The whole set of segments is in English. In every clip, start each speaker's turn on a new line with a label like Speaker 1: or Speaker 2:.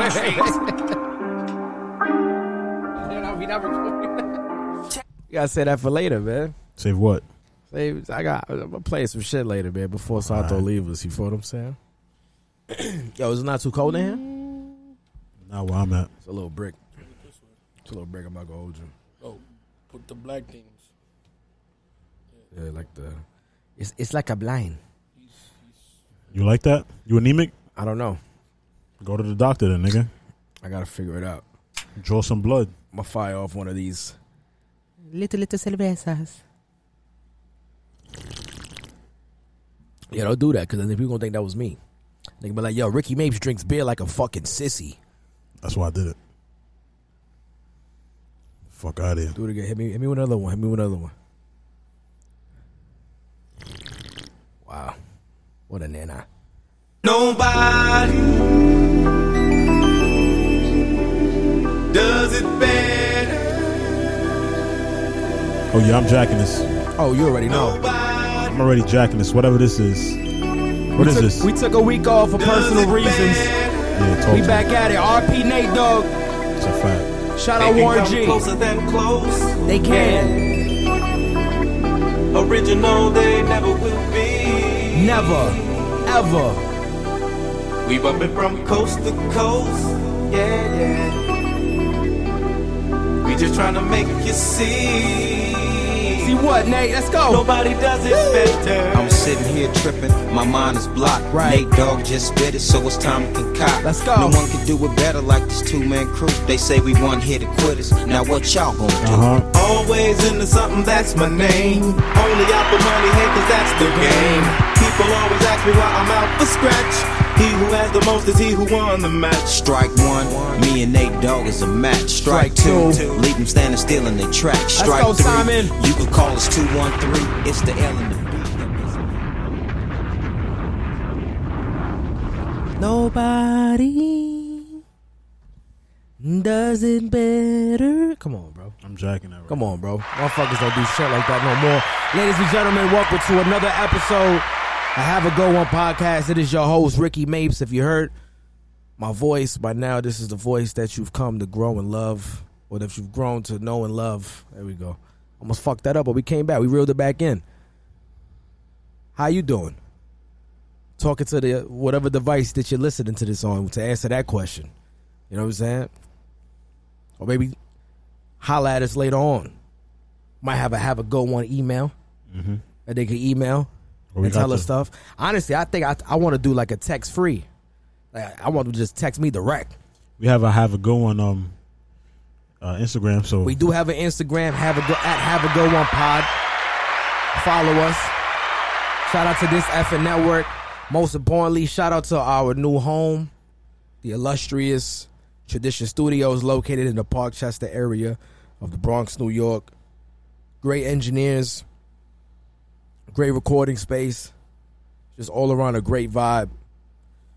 Speaker 1: we not recording.
Speaker 2: You gotta say that for later, man.
Speaker 3: Save what?
Speaker 2: Say, I got. I'm gonna play some shit later, man. Before Santo
Speaker 3: Alright.
Speaker 2: leaves us, you feel what I'm saying? Yo, is it not too cold in here?
Speaker 3: Not where I'm at.
Speaker 2: It's a little brick. It's a little brick. I'm not gonna hold you.
Speaker 1: Oh, put the black things.
Speaker 2: Yeah, like the. It's it's like a blind.
Speaker 3: You like that? You anemic?
Speaker 2: I don't know.
Speaker 3: Go to the doctor then, nigga.
Speaker 2: I gotta figure it out.
Speaker 3: Draw some blood.
Speaker 2: I'm gonna fire off one of these.
Speaker 4: Little, little cervezas.
Speaker 2: Yeah, don't do that because then people gonna think that was me. They gonna be like, "Yo, Ricky Mapes drinks beer like a fucking sissy."
Speaker 3: That's why I did it. Fuck out of here.
Speaker 2: Do it again. Hit me. Hit me with another one. Hit me with another one. Wow, what a nana.
Speaker 5: Nobody does it better.
Speaker 3: Oh yeah, I'm jacking this.
Speaker 2: Oh, you already know.
Speaker 5: Nobody
Speaker 3: I'm already jacking this. Whatever this is. What
Speaker 2: we
Speaker 3: is
Speaker 2: took,
Speaker 3: this?
Speaker 2: We took a week off for
Speaker 5: does
Speaker 2: personal
Speaker 5: it
Speaker 2: reasons.
Speaker 5: better.
Speaker 3: yeah, talk
Speaker 2: We
Speaker 3: to
Speaker 2: back
Speaker 3: me.
Speaker 2: at it. RP Nate Dog.
Speaker 3: It's a fact.
Speaker 2: Shout
Speaker 5: They
Speaker 2: out
Speaker 5: can
Speaker 2: Warren
Speaker 5: come
Speaker 2: G.
Speaker 5: Closer than close.
Speaker 2: They can.
Speaker 5: Original, they never will be.
Speaker 2: Never, ever.
Speaker 5: We bumpin' from coast to coast. Yeah, yeah. We just tryna make you see.
Speaker 2: See what, Nate? Let's go.
Speaker 5: Nobody does it better.
Speaker 6: I'm sitting here tripping, my mind is blocked.
Speaker 2: Right.
Speaker 6: Nate Dogg just spit it, so it's time to concoct.
Speaker 2: Let's go.
Speaker 6: No one can do it better like this two man crew. They say we one here to quit us. Now what y'all gonna
Speaker 2: Uh-huh.
Speaker 6: do?
Speaker 3: Uh huh.
Speaker 5: Always into something, that's my name. Only out for money, hey, cause that's the game. People always ask me why I'm out for scratch. He who has the most is he who won the match.
Speaker 6: Strike one, me and Nate Dogg is a match. Strike,
Speaker 2: Strike
Speaker 6: two,
Speaker 2: two.
Speaker 6: leave them standing still in their tracks. Strike
Speaker 2: go,
Speaker 6: three,
Speaker 2: Simon.
Speaker 6: you can call us 213. It's the L and the B.
Speaker 2: Nobody does it better. Come on, bro.
Speaker 3: I'm jacking that. Right
Speaker 2: Come on, bro. Motherfuckers don't do shit like that no more. Ladies and gentlemen, welcome to another episode I Have a Go On podcast. It is your host, Ricky Mapes. If you heard my voice by now, this is the voice that you've come to grow and love, or that you've grown to know and love. There we go. Almost fucked that up, but we came back. We reeled it back in. How you doing? Talking to the whatever device that you're listening to this on to answer that question. You know what I'm saying? Or maybe holla at us later on. Might have a have a go on email that they can email
Speaker 3: Well, Mm-hmm. we
Speaker 2: and tell
Speaker 3: got
Speaker 2: us
Speaker 3: the-
Speaker 2: stuff. Honestly, I think I I want to do like a text free. Like, I want to just text me direct.
Speaker 3: We have a have a go on um uh, Instagram. So
Speaker 2: We do have an Instagram, have a go at have a go on pod. Follow us. Shout out to this effing network. Most importantly, shout out to our new home, the illustrious Tradition Studios, located in the Parkchester area of the Bronx, New York. Great engineers, great recording space, just all around a great vibe.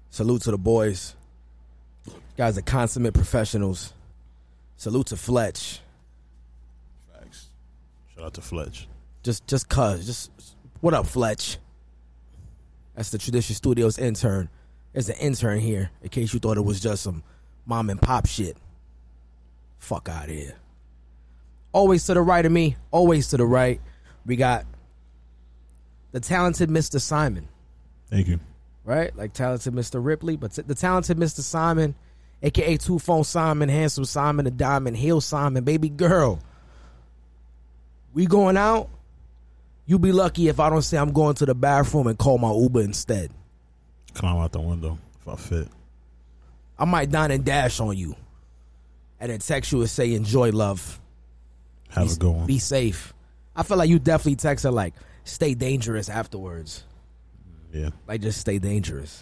Speaker 2: Salute to the boys. Guys are consummate professionals. Salute to Fletch.
Speaker 3: shout out to Fletch.
Speaker 2: Just just cuz. Just what up, Fletch? That's the Tradition Studios intern. There's an intern here, in case you thought it was just some mom and pop shit. Fuck out of here. Always to the right of me, always to the right. We got the talented Mr. Simon,
Speaker 3: Thank you.
Speaker 2: right? Like talented Mr. Ripley, but the talented Mr. Simon, aka Two Phone Simon, Handsome Simon, the Diamond Hill Simon, baby girl. We going out. You be lucky if I don't say I'm going to the bathroom and call my Uber instead.
Speaker 3: Climb out the window if I fit.
Speaker 2: I might dine and dash on you. And then text you and say, enjoy love.
Speaker 3: Have a go on.
Speaker 2: Be safe. I feel like you definitely text her like, stay dangerous afterwards.
Speaker 3: Yeah,
Speaker 2: Like just stay dangerous.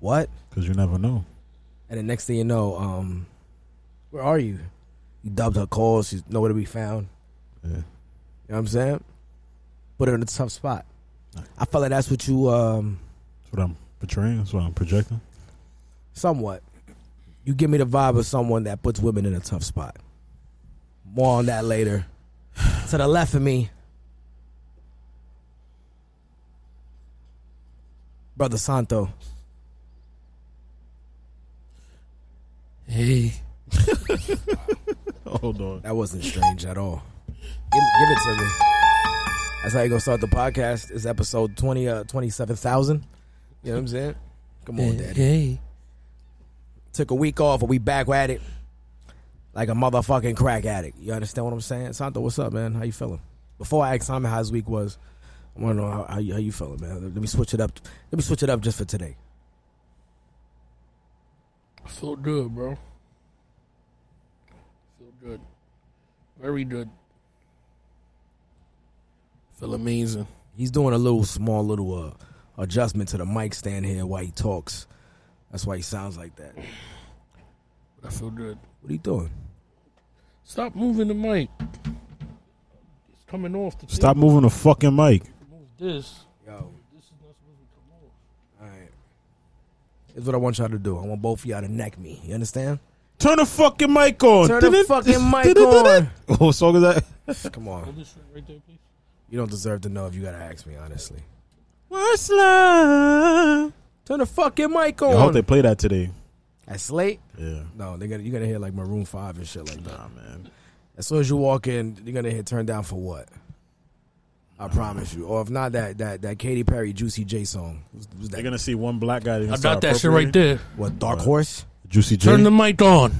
Speaker 2: What?
Speaker 3: because you never know.
Speaker 2: And the next thing you know, um, where are you? You dubbed her calls, she's nowhere to be found.
Speaker 3: Yeah.
Speaker 2: You know what I'm saying? Put her in a tough spot. I feel like that's what you um
Speaker 3: That's what I'm portraying. That's what I'm projecting.
Speaker 2: somewhat. You give me the vibe of someone that puts women in a tough spot. More on that later. to the left of me, brother Santo.
Speaker 1: Hey.
Speaker 3: Hold on.
Speaker 2: That wasn't strange at all. Give, give it to me. That's how you gonna start the podcast. It's episode 20, uh, 27,000. You know what I'm saying? Come on, Daddy.
Speaker 1: Hey.
Speaker 2: Took a week off, but we back at it like a motherfucking crack addict. You understand what I'm saying? Santo, what's up, man? How you feeling? Before I ask Simon how his week was, I want to know how, how, you, how you feeling, man. Let me switch it up. Let me switch it up just for today.
Speaker 1: I feel good, bro. Feel good. Very good. Feel amazing.
Speaker 2: He's doing a little small little uh, adjustment to the mic stand here while he talks. That's why he sounds like that.
Speaker 1: I feel good.
Speaker 2: What are you doing?
Speaker 1: Stop moving the mic. It's coming off the
Speaker 3: Stop moving the fucking mic.
Speaker 1: Move this.
Speaker 2: Yo,
Speaker 1: This is not supposed to come off.
Speaker 2: Alright. Here's what I want y'all to do. I want both of y'all to neck me. You understand?
Speaker 3: Turn the fucking mic on.
Speaker 2: Turn the fucking mic on.
Speaker 3: What song is Oh, that?
Speaker 2: Come
Speaker 1: Hold
Speaker 2: on.
Speaker 1: this shit right there, please.
Speaker 2: You don't deserve to know if you gotta ask me, honestly.
Speaker 3: What's love?
Speaker 2: Turn the fucking mic
Speaker 3: I hope
Speaker 2: on.
Speaker 3: they play that today.
Speaker 2: At Slate?
Speaker 3: Yeah.
Speaker 2: No, they gotta you gotta hear like Maroon Five and shit like that.
Speaker 3: Nah, man.
Speaker 2: As soon as you walk in, you're gonna hear turn down for what? I promise you. Or if not that that that Katy Perry Juicy J song. Was- was
Speaker 3: They're
Speaker 2: that-
Speaker 3: gonna see one black guy.
Speaker 1: I got that shit right there.
Speaker 2: What Dark Horse?
Speaker 3: Juicy J.
Speaker 1: Turn the mic on.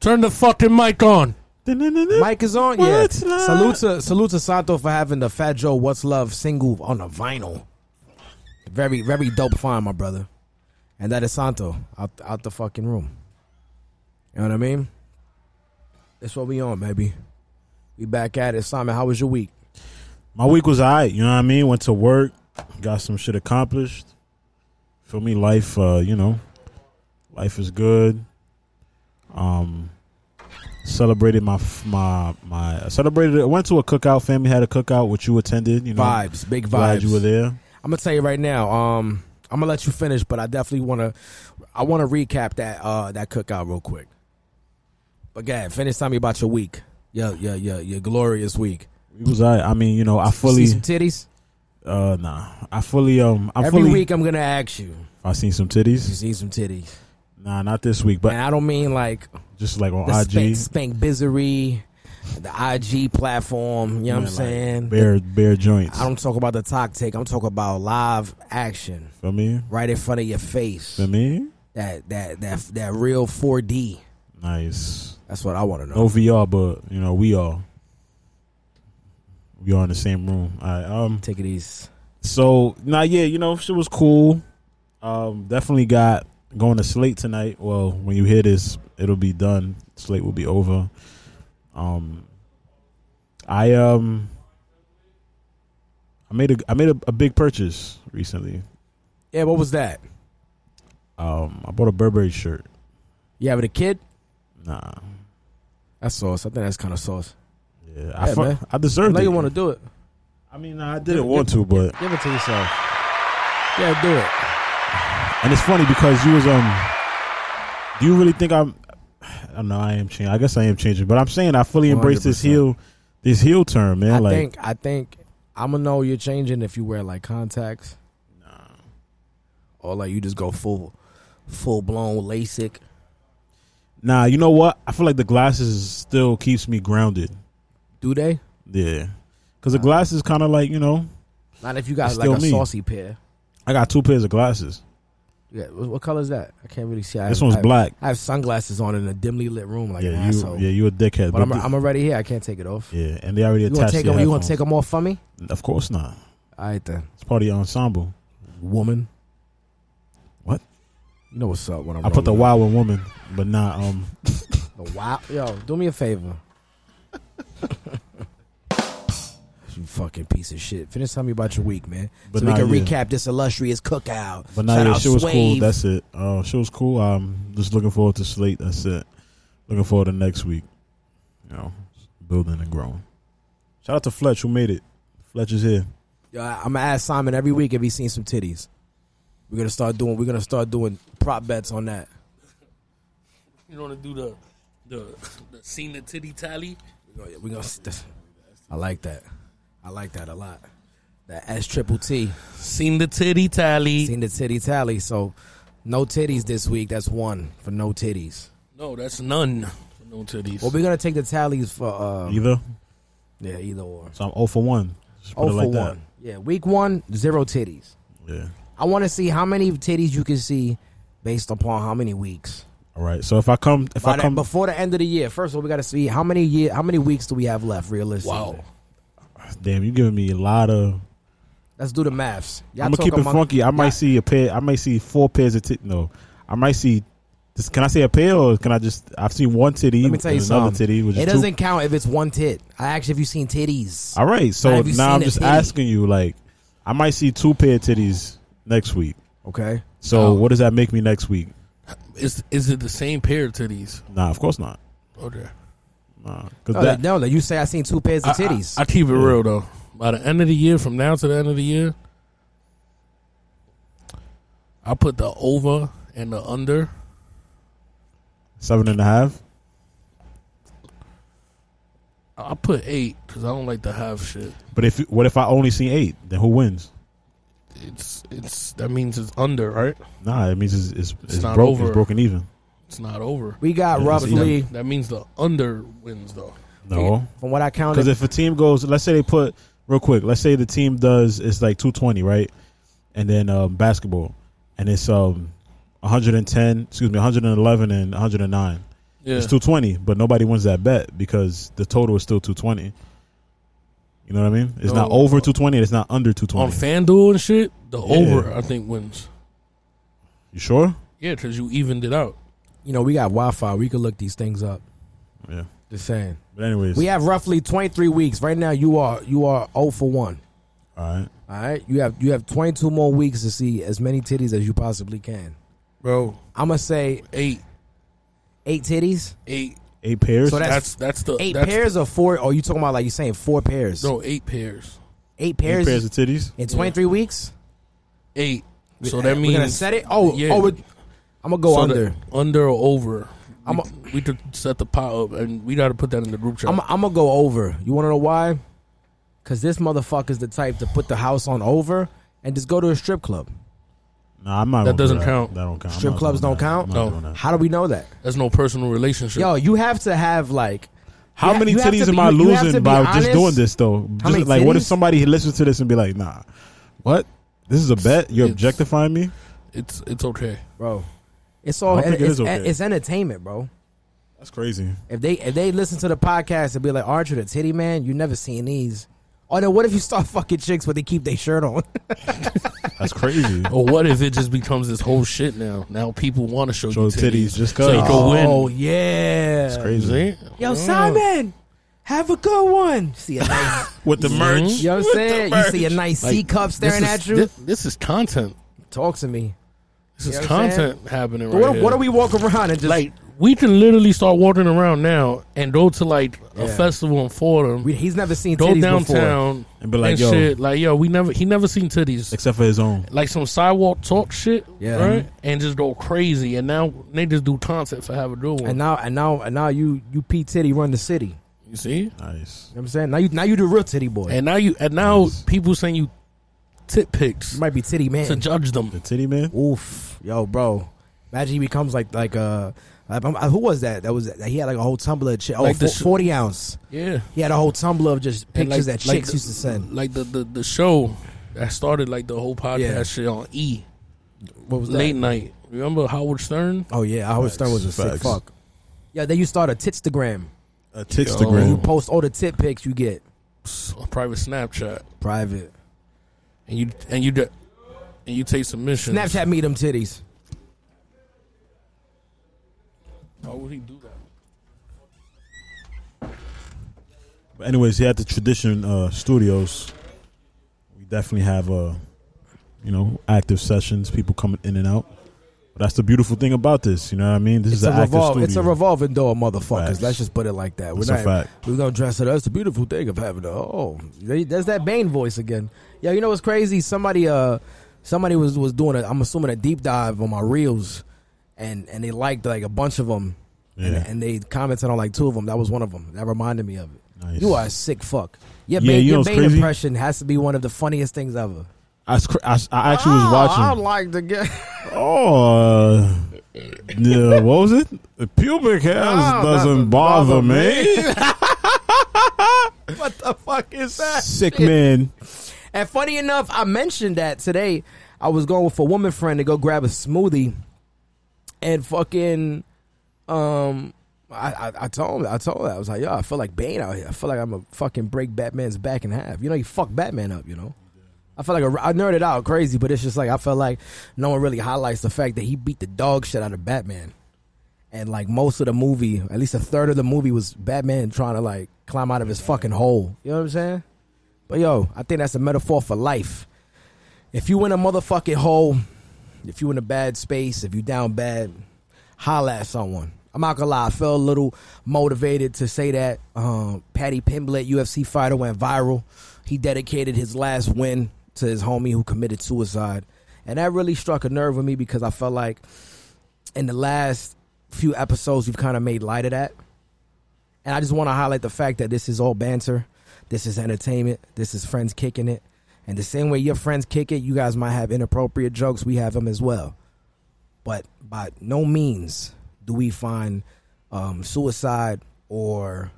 Speaker 1: Turn the fucking mic on.
Speaker 2: Mike is on.
Speaker 3: What's
Speaker 2: yeah. Salute
Speaker 3: love?
Speaker 2: to salute to Santo for having the Fat Joe What's Love single on a vinyl. Very very dope find, my brother. And that is Santo out out the fucking room. You know what I mean? That's what we on, baby. We back at it. Simon, how was your week?
Speaker 3: My week was alright. You know what I mean? Went to work, got some shit accomplished. Feel me? Life, uh, you know, life is good. Um, celebrated my f- my my celebrated. I went to a cookout. Family had a cookout, which you attended. You know,
Speaker 2: Vibes, big
Speaker 3: Mm. Glad
Speaker 2: vibes.
Speaker 3: you were there.
Speaker 2: I'm gonna tell you right now. Um, I'm gonna let you finish, but I definitely wanna I wanna recap that uh that cookout real quick. But God, finish tell me about your week. Yo, yo, yo, your glorious week.
Speaker 3: It was alright. I mean, you know, I
Speaker 2: You
Speaker 3: fully
Speaker 2: see some titties.
Speaker 3: uh nah. I fully um I
Speaker 2: Every
Speaker 3: fully
Speaker 2: week I'm gonna ask you.
Speaker 3: I seen some
Speaker 2: You
Speaker 3: titties.
Speaker 2: see some titties,
Speaker 3: Nah, not this week, but
Speaker 2: and I don't mean like
Speaker 3: just like on
Speaker 2: the spank,
Speaker 3: IG.
Speaker 2: spank bizery, the IG platform. You know what I'm
Speaker 3: man, like,
Speaker 2: saying?
Speaker 3: bare bare joints.
Speaker 2: I don't talk about the talk take. I'm talking about live action
Speaker 3: feel me?
Speaker 2: right in front of your face.
Speaker 3: Feel me?
Speaker 2: That that that that real 4D.
Speaker 3: Nice.
Speaker 2: That's what I want to know.
Speaker 3: No VR, but you know we all we all in the same room. All right. Um.
Speaker 2: Take it easy.
Speaker 3: So nah, yeah, you know shit was cool. Um. Definitely got going to Slate tonight. Well, when you hear this, it'll be done. Slate will be over. Um. I um. I made a I made a, a big purchase recently.
Speaker 2: Yeah, what was that?
Speaker 3: Um. I bought a Burberry shirt.
Speaker 2: You having a kid?
Speaker 3: Nah.
Speaker 2: That's sauce. I think that's kind of sauce.
Speaker 3: Yeah. I
Speaker 2: Yeah,
Speaker 3: fu-
Speaker 2: man.
Speaker 3: I
Speaker 2: I
Speaker 3: deserved
Speaker 2: know
Speaker 3: it.
Speaker 2: you want to do it.
Speaker 3: I mean, I didn't want to, but
Speaker 2: Give it to yourself. Yeah, do it.
Speaker 3: And it's funny because you was um. Do you really think I'm? I don't know. I am changing. I guess I am changing, but I'm saying I fully embrace this
Speaker 2: 100%.
Speaker 3: heel, this heel term, man.
Speaker 2: I
Speaker 3: like,
Speaker 2: think I think I'm gonna know you're changing if you wear like contacts. Nah. Or like you just go full, full blown LASIK.
Speaker 3: nah, you know what? I feel like the glasses still keeps me grounded.
Speaker 2: Do they?
Speaker 3: Yeah, because the glasses kind of like you know,
Speaker 2: Not if you got
Speaker 3: It's
Speaker 2: like
Speaker 3: still
Speaker 2: a
Speaker 3: me.
Speaker 2: saucy pair.
Speaker 3: I got two pairs of glasses.
Speaker 2: Yeah. What, what color is that? I can't really see. I
Speaker 3: This
Speaker 2: have-
Speaker 3: one's
Speaker 2: I have-
Speaker 3: black.
Speaker 2: I have sunglasses on in a dimly lit room like an
Speaker 3: yeah, you,
Speaker 2: asshole.
Speaker 3: yeah, you a dickhead.
Speaker 2: but I'm,
Speaker 3: the-
Speaker 2: I'm already here. I can't take it off.
Speaker 3: yeah, and they already
Speaker 2: You gonna
Speaker 3: attached
Speaker 2: take
Speaker 3: your
Speaker 2: them? You gonna
Speaker 3: headphones.
Speaker 2: take them off for me?
Speaker 3: Of course not.
Speaker 2: All right then,
Speaker 3: It's part of your ensemble.
Speaker 2: woman.
Speaker 3: What?
Speaker 2: You know what's up when I'm
Speaker 3: I put the
Speaker 2: rolling.
Speaker 3: wild with woman, but not um.
Speaker 2: The wow. Yo, do me a favor. you fucking piece of shit. Finish telling me about your week, man.
Speaker 3: But
Speaker 2: so we
Speaker 3: nah,
Speaker 2: can
Speaker 3: yeah.
Speaker 2: recap this illustrious cookout.
Speaker 3: But now
Speaker 2: Shout
Speaker 3: yeah,
Speaker 2: out
Speaker 3: shit was cool.
Speaker 2: Swave.
Speaker 3: That's it. Uh, shit was cool. I'm just looking forward to slate. That's it. Looking forward to next week. You know, building and growing. Shout out to Fletch who made it. Fletch is here.
Speaker 2: Yo, I- I'm gonna ask Simon every week if he's seen some titties. We're gonna start doing. We're gonna start doing prop bets on that.
Speaker 1: You want to do the the the scene the titty tally?
Speaker 2: We're gonna. we gonna st- I like that. I like that a lot. That S triple T.
Speaker 1: Seen the titty tally.
Speaker 2: Seen the titty tally. So no titties this week. That's one for no titties.
Speaker 1: No, that's none. No to these.
Speaker 2: Well, we're gonna take the tallies for uh,
Speaker 3: Either.
Speaker 2: yeah, either or.
Speaker 3: So I'm 0 for 1. Just put
Speaker 2: Oh
Speaker 3: it like
Speaker 2: for
Speaker 3: that.
Speaker 2: one. Yeah, week one, zero titties.
Speaker 3: Yeah.
Speaker 2: I want to see how many titties you can see based upon how many weeks.
Speaker 3: All right. So if I come, if
Speaker 2: By
Speaker 3: I
Speaker 2: the-
Speaker 3: come,
Speaker 2: before the end of the year, first of all, we got to see how many year, how many weeks do we have left realistically.
Speaker 1: wow.
Speaker 3: damn, you giving me a lot of.
Speaker 2: Let's do the maths. Y'all
Speaker 3: I'm gonna
Speaker 2: talk
Speaker 3: keep it
Speaker 2: among-
Speaker 3: funky. I might
Speaker 2: y'all-
Speaker 3: see a pair. I might see four pairs of titties. No, I might see. This, can I say a pair or can I just? I've seen one titty.
Speaker 2: Let me tell you
Speaker 3: and another
Speaker 2: something.
Speaker 3: titty. Which
Speaker 2: it
Speaker 3: is
Speaker 2: doesn't count if it's one tit. I actually, if you've seen titties,
Speaker 3: Two. All right.
Speaker 2: Now,
Speaker 3: So
Speaker 2: have you
Speaker 3: now
Speaker 2: seen
Speaker 3: I'm
Speaker 2: a
Speaker 3: just
Speaker 2: titty?
Speaker 3: asking you. Like, I might see two pair of titties next week.
Speaker 2: okay.
Speaker 3: So
Speaker 1: Oh.
Speaker 3: what does that make me next week?
Speaker 1: Is is it the same pair to these?
Speaker 3: Nah, of course not.
Speaker 1: Okay.
Speaker 3: Nah, because
Speaker 2: No,
Speaker 3: that.
Speaker 2: no, no, you say I seen two pairs of titties.
Speaker 1: I, I keep it real though. By the end of the year, from now to the end of the year, I put the over and the under.
Speaker 3: Seven and a half.
Speaker 1: I put eight because I don't like to have shit.
Speaker 3: But if what if I only see eight? Then who wins?
Speaker 1: It's it's that means it's under, right?
Speaker 3: Nah, it means it's it's, it's,
Speaker 1: not
Speaker 3: broke,
Speaker 1: over.
Speaker 3: It's broken even.
Speaker 1: It's not over.
Speaker 2: we got
Speaker 3: Yeah,
Speaker 1: So
Speaker 2: roughly,
Speaker 1: that, that means the under wins though.
Speaker 3: No,
Speaker 2: from what I
Speaker 3: because
Speaker 2: counted,
Speaker 3: if a team goes, let's say they put real quick. Let's say the team does it's like two twenty, right? And then um, basketball, and it's um one hundred and ten. Excuse me, one hundred and eleven and one hundred and nine.
Speaker 1: Yeah.
Speaker 3: It's two twenty, but nobody wins that bet because the total is still two twenty. You know what I mean? It's not
Speaker 1: No.
Speaker 2: Oh.
Speaker 3: over two twenty. It's not under two twenty.
Speaker 1: On FanDuel and shit, the
Speaker 3: Yeah.
Speaker 1: over I think wins.
Speaker 3: you sure?
Speaker 1: Yeah, because you evened it out.
Speaker 2: you know, we got Wi Fi. We could look these things up.
Speaker 3: Yeah.
Speaker 2: Just saying,
Speaker 3: But anyways,
Speaker 2: we have roughly twenty three weeks right now. You are you are zero for one.
Speaker 3: all right.
Speaker 2: All right, you have you have twenty two more weeks to see as many titties as you possibly can.
Speaker 1: Bro,
Speaker 2: I'm gonna say
Speaker 1: eight,
Speaker 2: eight titties.
Speaker 1: eight.
Speaker 3: Eight pairs.
Speaker 2: So That's-
Speaker 1: That's that's the
Speaker 2: Eight
Speaker 1: that's
Speaker 2: pairs or four? Or you talking about like you saying four pairs?
Speaker 1: The, no, eight pairs.
Speaker 2: eight
Speaker 3: eight
Speaker 2: pairs,
Speaker 3: pairs of titties.
Speaker 2: in twenty three weeks.
Speaker 1: Eight. So that means
Speaker 2: we're gonna set it. Oh,
Speaker 1: Yeah.
Speaker 2: oh, we- I'm gonna go
Speaker 1: so
Speaker 2: under.
Speaker 1: the under or over.
Speaker 2: I'm a-
Speaker 1: we, we could set the pot up and we got to put that in the group chat.
Speaker 2: I'm I'm gonna go over. You wanna know why? Cause this motherfucker's the type to put the house on over and just go to a strip club.
Speaker 3: Nah, I'm not.
Speaker 1: That
Speaker 3: gonna
Speaker 1: doesn't
Speaker 3: do
Speaker 1: count.
Speaker 3: That don't count. I'm
Speaker 2: Strip
Speaker 3: not
Speaker 2: clubs
Speaker 3: doing
Speaker 2: don't
Speaker 3: that.
Speaker 2: count?
Speaker 3: I'm
Speaker 1: No.
Speaker 3: not doing that.
Speaker 2: How do we know that?
Speaker 1: That's no personal relationship.
Speaker 2: Yo, you have to have like
Speaker 3: How
Speaker 2: Yeah,
Speaker 3: many
Speaker 2: you have
Speaker 3: titties
Speaker 2: to
Speaker 3: am
Speaker 2: be-
Speaker 3: I
Speaker 2: you- you have to
Speaker 3: losing
Speaker 2: be
Speaker 3: by
Speaker 2: honest.
Speaker 3: just doing this though?
Speaker 2: How
Speaker 3: Just
Speaker 2: many
Speaker 3: like, what if
Speaker 2: titties?
Speaker 3: somebody listens to this and be like, "Nah, what? This is a bet. You're
Speaker 1: It's-
Speaker 3: objectifying me."
Speaker 1: It's it's okay.
Speaker 2: bro. It's all
Speaker 3: I don't
Speaker 2: it's,
Speaker 3: think it is okay.
Speaker 2: it's entertainment, bro.
Speaker 3: That's crazy.
Speaker 2: If they if they listen to the podcast and be like, Archer the titty man, you never seen these. Or then what if you start fucking chicks but they keep their shirt on?
Speaker 3: That's crazy.
Speaker 2: Oh,
Speaker 1: Or what if it just becomes this whole shit now? Now people want to show,
Speaker 3: Show
Speaker 1: you
Speaker 3: titties
Speaker 1: titties.
Speaker 3: just 'cause.
Speaker 1: So you can win.
Speaker 2: Oh yeah.
Speaker 3: That's
Speaker 1: You
Speaker 3: crazy.
Speaker 1: see?
Speaker 4: Yo, Simon, have a good one. See you later.
Speaker 3: With the merch,
Speaker 2: You know what I'm saying? You see a nice C
Speaker 1: Like,
Speaker 2: cup staring
Speaker 1: this is-
Speaker 2: at you.
Speaker 1: This, this is content.
Speaker 2: Talk to me.
Speaker 1: This is
Speaker 2: You know what I'm saying?
Speaker 1: content happening right
Speaker 2: What,
Speaker 1: here.
Speaker 2: what do we walk around and just
Speaker 1: Oh, like? We can literally start walking around now and go to like a
Speaker 2: Yeah.
Speaker 1: festival in Fordham.
Speaker 2: We, he's never seen
Speaker 1: go
Speaker 2: titties
Speaker 1: downtown
Speaker 3: And be like, yo.
Speaker 1: shit. Like, yo, we never he never seen titties.
Speaker 3: except for his own.
Speaker 1: Like some sidewalk talk shit,
Speaker 2: Yeah.
Speaker 1: right? And just go crazy. And now they just do content for have a good one.
Speaker 2: before. And now and now and now you you P titty run the city. You know
Speaker 1: you see?
Speaker 3: Nice.
Speaker 2: what I'm saying? Now you now you the real titty boy.
Speaker 1: And now you and now people send you tit pics
Speaker 2: you might be titty
Speaker 1: to
Speaker 2: man.
Speaker 1: judge
Speaker 3: The
Speaker 1: them.
Speaker 3: titty man.
Speaker 2: Oof. Yo, bro. Imagine he becomes like like uh like, I'm- who was that? That was he had like a whole tumbler of chi- oh,
Speaker 1: Like the
Speaker 2: fo-
Speaker 1: sh-
Speaker 2: forty ounce.
Speaker 1: Yeah.
Speaker 2: He had a whole tumbler of just
Speaker 1: And
Speaker 2: pictures
Speaker 1: like-
Speaker 2: that
Speaker 1: like
Speaker 2: chicks
Speaker 1: the-
Speaker 2: used to send.
Speaker 1: Like the, the, the show that started like the whole podcast
Speaker 2: Yeah.
Speaker 1: shit on E.
Speaker 2: What was that?
Speaker 1: Late night. Remember Howard Stern?
Speaker 2: Oh yeah, I always thought was a sick
Speaker 3: Facts.
Speaker 2: fuck. Yeah, then you start a titstagram.
Speaker 3: A
Speaker 2: And you
Speaker 3: titstagram.
Speaker 2: post all the tit pics you get
Speaker 1: A private Snapchat.
Speaker 2: private.
Speaker 1: And you and you d- and you take submissions.
Speaker 2: Snapchat me them titties.
Speaker 1: Why would he do that?
Speaker 3: But anyways, he had the tradition uh, studios. We definitely have uh, you know, active sessions. People coming in and out. But that's the beautiful thing about this. You know what I mean? This
Speaker 2: It's
Speaker 3: is
Speaker 2: a,
Speaker 3: an active
Speaker 2: revolve,
Speaker 3: studio.
Speaker 2: it's a revolving door, motherfuckers.
Speaker 3: Facts.
Speaker 2: Let's just put it like that. We're
Speaker 3: That's a
Speaker 2: not,
Speaker 3: fact.
Speaker 2: We're gonna dress it up. It's a beautiful thing of having a oh, they- there's that Bane voice again. Yeah, you know what's crazy? Somebody uh, somebody was was doing a I'm assuming a deep dive on my reels, and and they liked like a bunch of them, and,
Speaker 3: Yeah.
Speaker 2: and they commented on like two of them. That was one of them. That reminded me of it.
Speaker 3: Nice.
Speaker 2: You are a sick fuck. Your
Speaker 3: Yeah,
Speaker 2: Bane,
Speaker 3: you know
Speaker 2: your
Speaker 3: what's
Speaker 2: Bane
Speaker 3: crazy?
Speaker 2: impression has to be one of the funniest things ever. Oh,
Speaker 3: I, scr- I, I actually was watching.
Speaker 2: like to get.
Speaker 3: Oh, uh, Yeah, what was it? The pubic hairs
Speaker 2: Oh,
Speaker 3: doesn't bother, me.
Speaker 2: What the fuck is that?
Speaker 3: Sick man.
Speaker 2: And funny enough, I mentioned that today. I was going with a woman friend to go grab a smoothie, and fucking, um, I I, I told him, I told her, I was like, yo, I feel like Bane out here. I feel like I'm a fucking break Batman's back in half. You know, you fuck Batman up. You know. I felt like a, I nerded out crazy, but it's just like I felt like no one really highlights the fact that he beat the dog shit out of Batman, and like most of the movie, at least a third of the movie was Batman trying to like climb out of his fucking hole. You know what I'm saying? But yo, I think that's a metaphor for life. If you in a motherfucking hole, if you in a bad space, if you down bad, holla at someone. I'm not gonna lie, I felt a little motivated to say that. Um, Patty Pimblett, UFC fighter, went viral. He dedicated his last win to his homie who committed suicide. And that really struck a nerve with me because I felt like in the last few episodes we've kind of made light of that. And I just want to highlight the fact that this is all banter. This is entertainment. This is friends kicking it. And the same way your friends kick it, you guys might have inappropriate jokes. We have them as well. But by no means do we find um, suicide or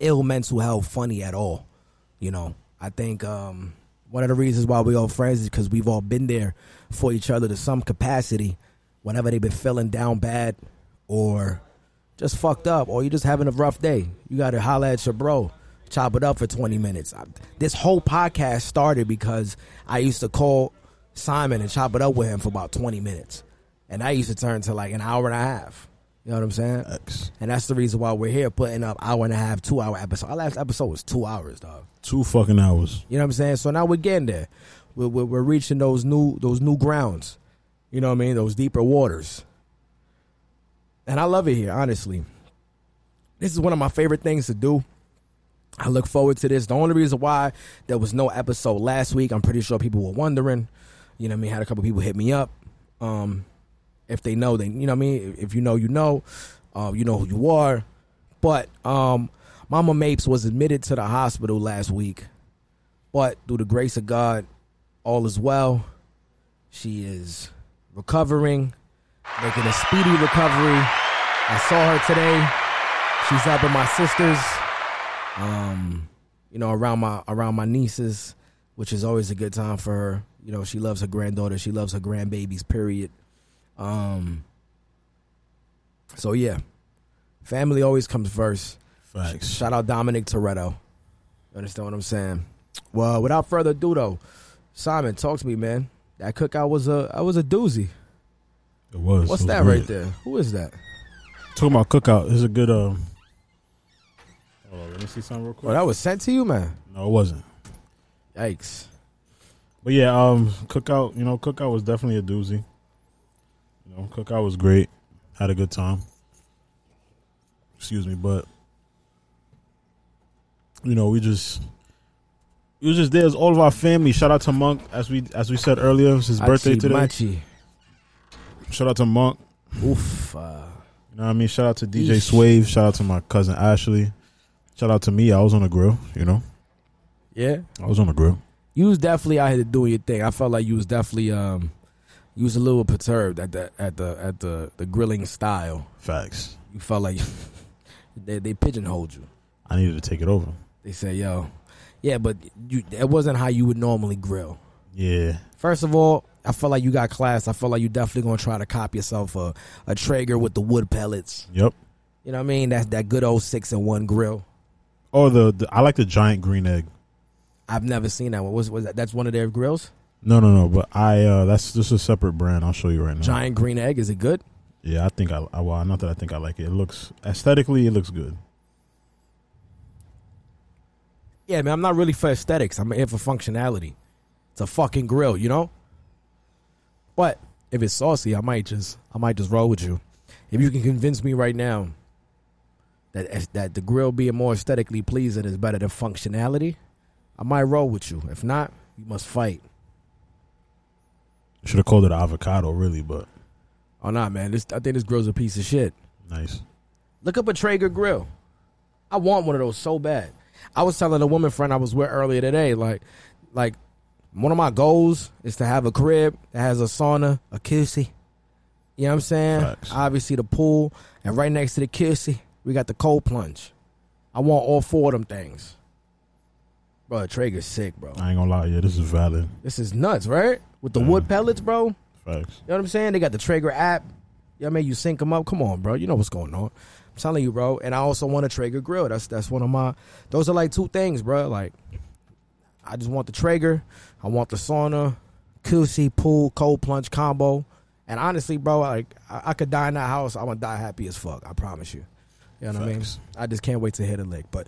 Speaker 2: ill mental health funny at all. You know, I think um, one of the reasons why we all friends is because we've all been there for each other to some capacity whenever they've been feeling down bad or just fucked up or you're just having a rough day. You got to holler at your bro, chop it up for 20 minutes. I, this whole podcast started because I used to call Simon and chop it up with him for about 20 minutes. And that used to turn to like an hour and a half. You know what I'm saying? And that's the reason why we're here putting up hour and a half, two hour episode. Our last episode was two hours, dog.
Speaker 3: Two fucking hours.
Speaker 2: You know what I'm saying? So now we're getting there. We're, we're, we're reaching those new those new grounds. You know what I mean? Those deeper waters. And I love it here, honestly. This is one of my favorite things to do. I look forward to this. The only reason why there was no episode last week, I'm pretty sure people were wondering. You know what I mean? Had a couple people hit me up. Um, if they know, they you know what I mean. If you know, you know. Uh, you know who you are. But um, Mama Mapes was admitted to the hospital last week but through the grace of God, all is well. She is recovering, making a speedy recovery. I saw her today. She's up at my sister's, um, you know, around my around my nieces, which is always a good time for her. You know, she loves her granddaughter. She loves her grandbabies. Period. Um. So yeah, family always comes first.
Speaker 3: Facts.
Speaker 2: Shout out Dominic Toretto. You understand what I'm saying? Well, without further ado, though, Simon, talk to me, man. That cookout was a I was a doozy.
Speaker 3: It was.
Speaker 2: What's
Speaker 3: It was
Speaker 2: that right
Speaker 3: weird.
Speaker 2: there? Who is that?
Speaker 3: Talking about cookout. It's a good. Um, hold on, let me see something real
Speaker 2: Oh,
Speaker 3: quick.
Speaker 2: that was sent to you, man.
Speaker 3: No, it wasn't.
Speaker 2: Yikes!
Speaker 3: But yeah, um, cookout. You know, cookout was definitely a doozy. You know, cookout was great. Had a good time. Excuse me, but you know, we just we was just there as all of our family. Shout out to Monk, as we as we said earlier, it's his birthday
Speaker 2: Achi
Speaker 3: today.
Speaker 2: Machi.
Speaker 3: Shout out to Monk.
Speaker 2: Oof. Uh,
Speaker 3: You know what I mean? Shout out to DJ
Speaker 2: Yeesh.
Speaker 3: Swave. Shout out to my cousin Ashley. Shout out to me. I was on the grill. You know,
Speaker 2: yeah,
Speaker 3: I was on the grill.
Speaker 2: you was definitely out here doing your thing. I felt like you was definitely um, you was a little perturbed at the at the at the the grilling style.
Speaker 3: Facts.
Speaker 2: You felt like they they pigeonholed you.
Speaker 3: I needed to take it over.
Speaker 2: They said, "Yo, yeah, but you that wasn't how you would normally grill."
Speaker 3: Yeah.
Speaker 2: First of all, I feel like you got class. I feel like you definitely gonna try to cop yourself a, a Traeger with the wood pellets.
Speaker 3: Yep.
Speaker 2: You know what I mean? That's that good old six and one grill.
Speaker 3: Oh, the, the I like the giant green egg.
Speaker 2: I've never seen that one. Was was that? That's one of their grills.
Speaker 3: No, no, no. But I uh that's just a separate brand. I'll show you right now.
Speaker 2: Giant green egg. Is it good?
Speaker 3: Yeah, I think I, I well, not that I think I like it. It looks aesthetically, it looks good.
Speaker 2: Yeah, man. I'm not really for aesthetics. I'm here for functionality. It's a fucking grill, you know. But if it's saucy, I might just I might just roll with you. If you can convince me right now that eh, that the grill being more aesthetically pleasing is better than functionality, I might roll with you. If not, you must fight.
Speaker 3: Should have called it avocado, really, but
Speaker 2: Oh nah, man. This I think this grill's a piece of shit.
Speaker 3: nice.
Speaker 2: Look up a Traeger grill. I want one of those so bad. I was telling a woman friend I was with earlier today, like, like one of my goals is to have a crib that has a sauna, a kissy. You know what I'm saying?
Speaker 3: Facts.
Speaker 2: Obviously the pool, and right next to the kissy, we got the cold plunge. I want all four of them things. Bro, Traeger's sick, bro.
Speaker 3: I ain't gonna lie, yeah, this is valid.
Speaker 2: This is nuts, right? With the wood pellets, bro. You
Speaker 3: Facts.
Speaker 2: know what I'm saying? They got the Traeger app. You know what I mean? You sync them up. Come on, bro. You know what's going on. I'm telling you, bro. And I also want a Traeger grill. That's that's one of my those are like two things, bro. Like I just want the Traeger. I want the sauna, Koosie, pool, cold plunge combo. And honestly, bro, like I, I could die in that house. I'm gonna die happy as fuck. I promise you. You know what
Speaker 3: Facts.
Speaker 2: I mean? I just can't wait to hit a lick. But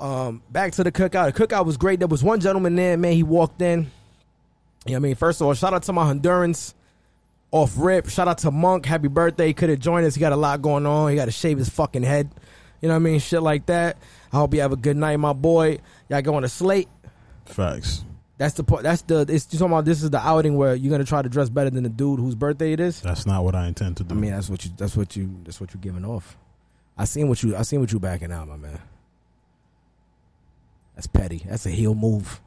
Speaker 2: um, back to the cookout. The cookout was great. There was one gentleman there, man. He walked in. You know what I mean? First of all, shout out to my Hondurans off rip. Shout out to Monk. Happy birthday. He could have joined us. He got a lot going on. He got to shave his fucking head. You know what I mean? Shit like that. I hope you have a good night, my boy. Y'all going to slate.
Speaker 3: Facts.
Speaker 2: That's the part. That's the. It's you talking about. This is the outing where you're gonna try to dress better than the dude whose birthday it is.
Speaker 3: That's not what I intend to do.
Speaker 2: I mean, that's what you. That's what you. That's what you giving off. I seen what you. I seen what you backing out, my man. That's petty. That's a heel move.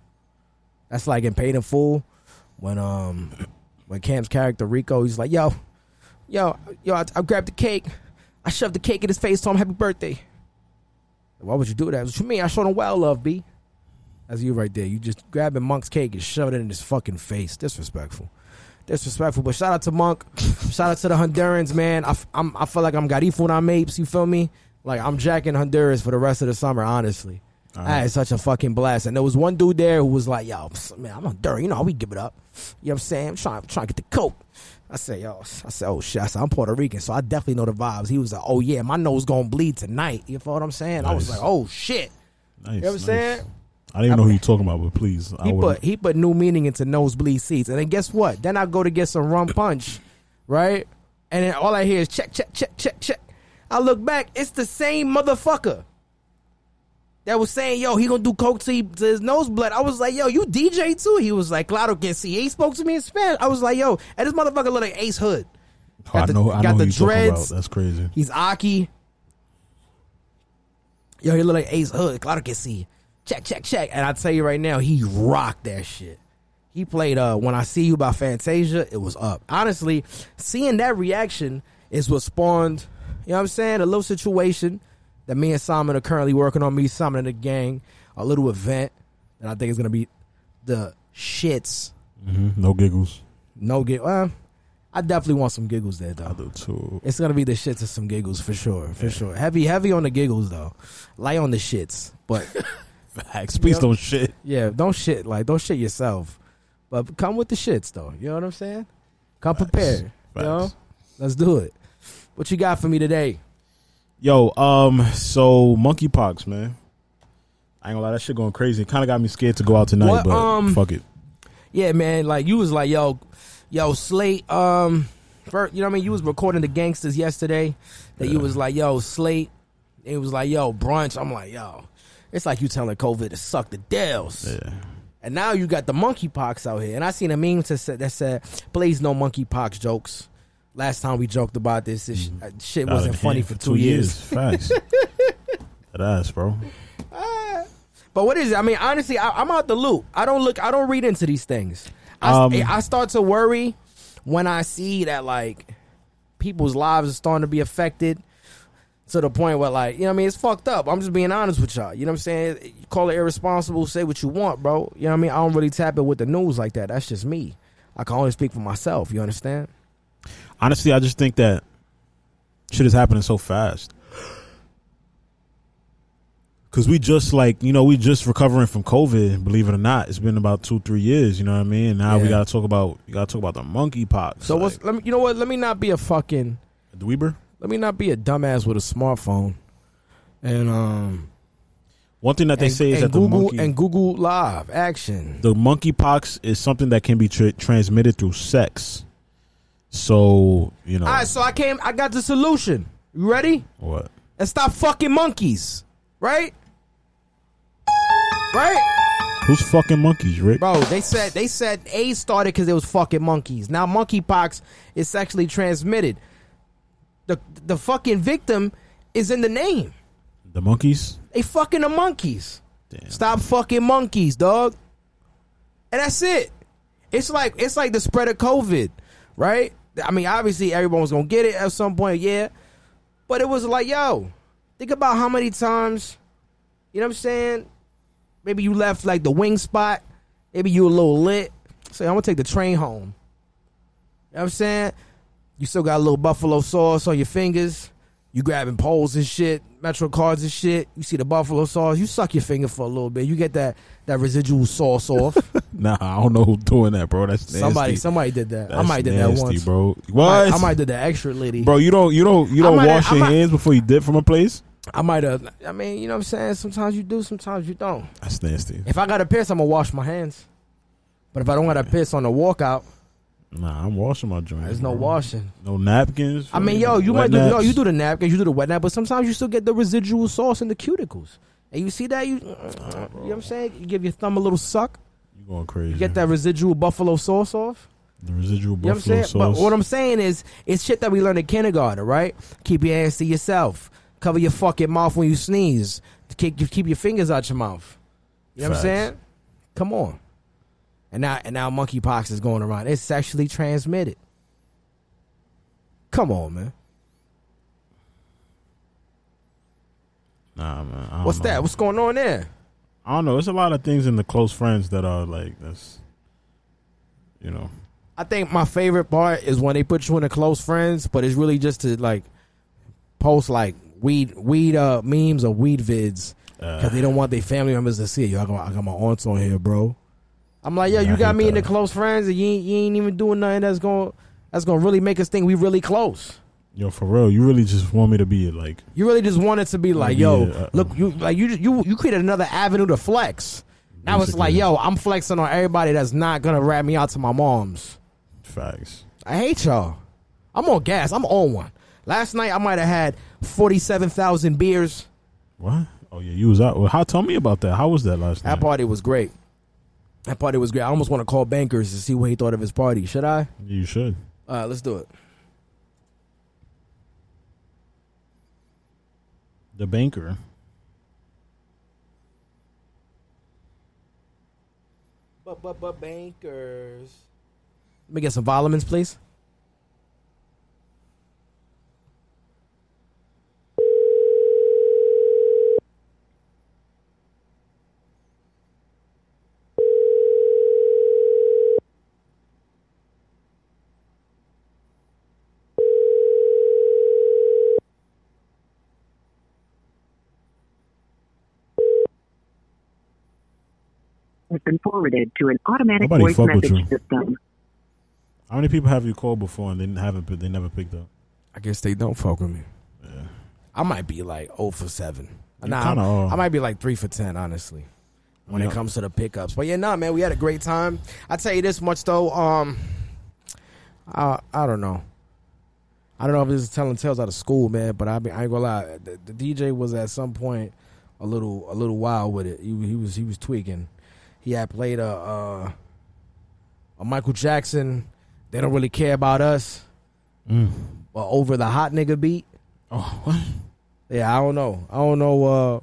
Speaker 2: That's like in Paid in Full, when um, when Cam's character Rico, he's like, yo, yo, yo, I, I grabbed the cake, I shoved the cake in his face, told him happy birthday. Why would you do that? What you mean? I showed him well love, b. That's you right there. You just grabbing Monk's cake and shoved it in his fucking face. Disrespectful. Disrespectful. But shout out to Monk. shout out to the Hondurans, man. I, f- I'm, I feel like I'm Garifo and I'm apes. You feel me? Like, I'm jacking Honduras for the rest of the summer, honestly. I had such a fucking blast. And there was one dude there who was like, yo, man, I'm Honduran. You know how we give it up. You know what I'm saying? I'm trying, trying to get the coke. I said, yo, I said, oh shit. I said, I'm Puerto Rican, so I definitely know the vibes. He was like, oh yeah, my nose gonna bleed tonight. You feel what I'm saying? I was
Speaker 3: Nice.
Speaker 2: like, oh shit.
Speaker 3: nice,
Speaker 2: You know what I'm
Speaker 3: nice.
Speaker 2: saying?
Speaker 3: I didn't even know who you talking about, but please, I
Speaker 2: He
Speaker 3: would.
Speaker 2: put he put new meaning into nosebleed seats, and then guess what? Then I go to get some rum punch, right? And then all I hear is check, check, check, check, check. I look back, it's the same motherfucker that was saying, "Yo, he gonna do coke to, he- to his nose blood." I was like, "Yo, you DJ too?" He was like, "Claro que sí." He spoke to me in Spanish. I was like, "Yo," and this motherfucker look like Ace Hood.
Speaker 3: Oh, I
Speaker 2: got the-
Speaker 3: know. I
Speaker 2: got
Speaker 3: know
Speaker 2: the
Speaker 3: who you talking about.
Speaker 2: dreads.
Speaker 3: That's crazy.
Speaker 2: He's Aki. Yo, he look like Ace Hood. Claro que sí. Check, check, check. And I tell you right now, he rocked that shit. He played uh When I See You by Fantasia. It was up. Honestly, seeing that reaction is what spawned, you know what I'm saying, a little situation that me and Simon are currently working on. Me, Simon, and the gang, a little event that I think is going to be the shits.
Speaker 3: hmm No giggles.
Speaker 2: No get. Well, I definitely want some giggles there, though.
Speaker 3: I do too.
Speaker 2: It's gonna be the shits and some giggles for sure, for sure. Heavy, heavy on the giggles though. Lie on the shits, but
Speaker 3: Facts. Please don't shit.
Speaker 2: yeah, don't shit like don't shit yourself. But come with the shits though. You know what I'm saying? Come prepared. You know?
Speaker 3: Facts.
Speaker 2: Let's do it. What you got for me today?
Speaker 3: Yo, um, so monkeypox, man. I ain't gonna lie, that shit going crazy. It kind of got me scared to go out tonight,
Speaker 2: What,
Speaker 3: but
Speaker 2: um,
Speaker 3: fuck it.
Speaker 2: Yeah, man. Like you was like yo, yo Slate. Um, first, you know what I mean. You was recording the gangsters yesterday. That you was like yo Slate. It was like yo brunch. I'm like yo. It's like you telling COVID to suck the dells.
Speaker 3: Yeah,
Speaker 2: And now you got the monkeypox out here. And I seen a meme to sa- that said, "Please no monkeypox jokes." Last time we joked about this, this sh- uh, shit
Speaker 3: Out
Speaker 2: wasn't
Speaker 3: of
Speaker 2: funny
Speaker 3: hand
Speaker 2: for two years.
Speaker 3: Facts. that ass, bro.
Speaker 2: But what is it? I mean, honestly, I, I'm out the loop. I don't look. I don't read into these things. I, s- eh,
Speaker 3: Um,
Speaker 2: I start to worry when I see that like people's lives are starting to be affected to the point where like you know what I mean. It's fucked up. I'm just being honest with y'all. You know what I'm saying? You call it irresponsible. Say what you want, bro. You know what I mean? I don't really tap it with the news like that. That's just me. I can only speak for myself. You understand?
Speaker 3: Honestly, I just think that shit is happening so fast. Cause we just like you know we just recovering from COVID. Believe it or not, it's been about two three years. You know what I mean? And now we
Speaker 2: Yeah.
Speaker 3: gotta talk about you gotta talk about the monkeypox.
Speaker 2: So what's let me you know what? Let me not be a fucking
Speaker 3: the Weber?
Speaker 2: let me not be a dumbass with a smartphone. And um
Speaker 3: One thing that they
Speaker 2: and,
Speaker 3: say is
Speaker 2: and
Speaker 3: that
Speaker 2: Google
Speaker 3: the monkey
Speaker 2: and Google Live action.
Speaker 3: the monkeypox is something that can be tra- transmitted through sex. So you know
Speaker 2: All right, so I came I got the solution. You ready?
Speaker 3: what?
Speaker 2: And stop fucking monkeys. Right? Right?
Speaker 3: Who's fucking monkeys, Rick?
Speaker 2: Bro, they said they said AIDS started because it was fucking monkeys. Now monkeypox is sexually transmitted. The the fucking victim is in the name.
Speaker 3: The monkeys.
Speaker 2: They fucking the monkeys.
Speaker 3: Damn.
Speaker 2: Stop fucking monkeys, dog. And that's it. It's like it's like the spread of COVID, right? I mean, obviously everyone was gonna get it at some point, yeah. But it was like, yo, think about how many times, you know what I'm saying? Maybe you left like the wing spot. Maybe you a little lit. Say, I'm gonna take the train home. You know what I'm saying? You still got a little buffalo sauce on your fingers. You grabbing poles and shit, metro cards and shit. You see the buffalo sauce. You suck your finger for a little bit. You get that that residual sauce off.
Speaker 3: Nah, I don't know who's doing that, bro. That's nasty.
Speaker 2: somebody somebody did that. I
Speaker 3: That's
Speaker 2: might did that
Speaker 3: nasty,
Speaker 2: once.
Speaker 3: bro.
Speaker 2: I,
Speaker 3: What?
Speaker 2: might- I might did that extra lady.
Speaker 3: bro, you don't, you don't, you
Speaker 2: I
Speaker 3: don't
Speaker 2: might-
Speaker 3: wash
Speaker 2: I
Speaker 3: your
Speaker 2: might-
Speaker 3: hands before you dip from a place.
Speaker 2: I might have. I mean, you know what I'm saying. Sometimes you do, sometimes you don't.
Speaker 3: That's nasty.
Speaker 2: If I got a piss, I'm gonna wash my hands. But if I don't got a piss on the walkout,
Speaker 3: Nah, I'm washing my joints.
Speaker 2: there's no
Speaker 3: bro.
Speaker 2: washing.
Speaker 3: No napkins.
Speaker 2: I mean, yo, you
Speaker 3: wet
Speaker 2: might do, yo,
Speaker 3: naps.
Speaker 2: you do the napkins, you do the wet nap, but sometimes you still get the residual sauce in the cuticles. And you see that you, you know what I'm saying? You give your thumb a little suck,
Speaker 3: You going crazy?
Speaker 2: you get that residual buffalo sauce off.
Speaker 3: the residual
Speaker 2: You know what I'm
Speaker 3: buffalo
Speaker 2: saying?
Speaker 3: sauce.
Speaker 2: But what I'm saying is, it's shit that we learned in kindergarten, right? Keep your hands to yourself. Cover your fucking mouth when you sneeze. Keep, you keep your fingers out your mouth. You know
Speaker 3: Facts.
Speaker 2: what I'm saying? Come on. And now, and now monkeypox is going around. It's sexually transmitted. Come on, man.
Speaker 3: nah, man. I don't
Speaker 2: What's
Speaker 3: know.
Speaker 2: that? What's going on there?
Speaker 3: I don't know. There's a lot of things in the close friends that are like that's, you know,
Speaker 2: I think my favorite part is when they put you in a close friends, but it's really just to like post like weed weed uh memes or weed vids
Speaker 3: Uh.
Speaker 2: because they don't want their family members to see it. Yo, I got, I got my aunts on here, bro. I'm like, yo,
Speaker 3: Yeah, I
Speaker 2: you got
Speaker 3: hate
Speaker 2: me in the
Speaker 3: that.
Speaker 2: close friends, and you ain't, you ain't even doing nothing that's going that's gonna really make us think we really close.
Speaker 3: yo, for real. You really just want me to be like,
Speaker 2: You really just want it to be like, yo,
Speaker 3: Yeah, uh-uh.
Speaker 2: look, you like you you you created another avenue to flex. Now it's like,
Speaker 3: Basically.
Speaker 2: yo, I'm flexing on everybody that's not gonna rat me out to my mom's.
Speaker 3: facts.
Speaker 2: I hate y'all. I'm on gas. I'm on one. Last night I might have had forty-seven thousand beers.
Speaker 3: What? Oh yeah, you was out. Well, how? Tell me about that. How was that last night?
Speaker 2: That party was great. That party was great. I almost want to call Bankers to see what he thought of his party. Should I?
Speaker 3: you should.
Speaker 2: All right, let's do it.
Speaker 3: The banker.
Speaker 4: But but but bankers.
Speaker 2: Let me get some Volumens, please.
Speaker 7: has been forwarded to an automatic
Speaker 3: Nobody
Speaker 7: voice
Speaker 3: fuck with
Speaker 7: message
Speaker 3: you.
Speaker 7: system.
Speaker 3: How many people have you called before and they didn't- haven't? picked- They never picked up.
Speaker 2: I guess they don't fuck with me. I might be like oh for seven. Nah,
Speaker 3: kinda
Speaker 2: I'm-
Speaker 3: are.
Speaker 2: I might be like three for ten, honestly, when
Speaker 3: Yeah.
Speaker 2: it comes to the pickups. But yeah, nah, man, we had a great time. I tell you this much though, um, I I don't know, I don't know if this is telling tales out of school, man. But I, be, I ain't gonna lie, the, the DJ was at some point a little a little wild with it. He, he was he was tweaking. He had played a, a a Michael Jackson. They don't really care about us. But over the hot nigga beat.
Speaker 3: Oh, what?
Speaker 2: Yeah, I don't know. I don't know uh,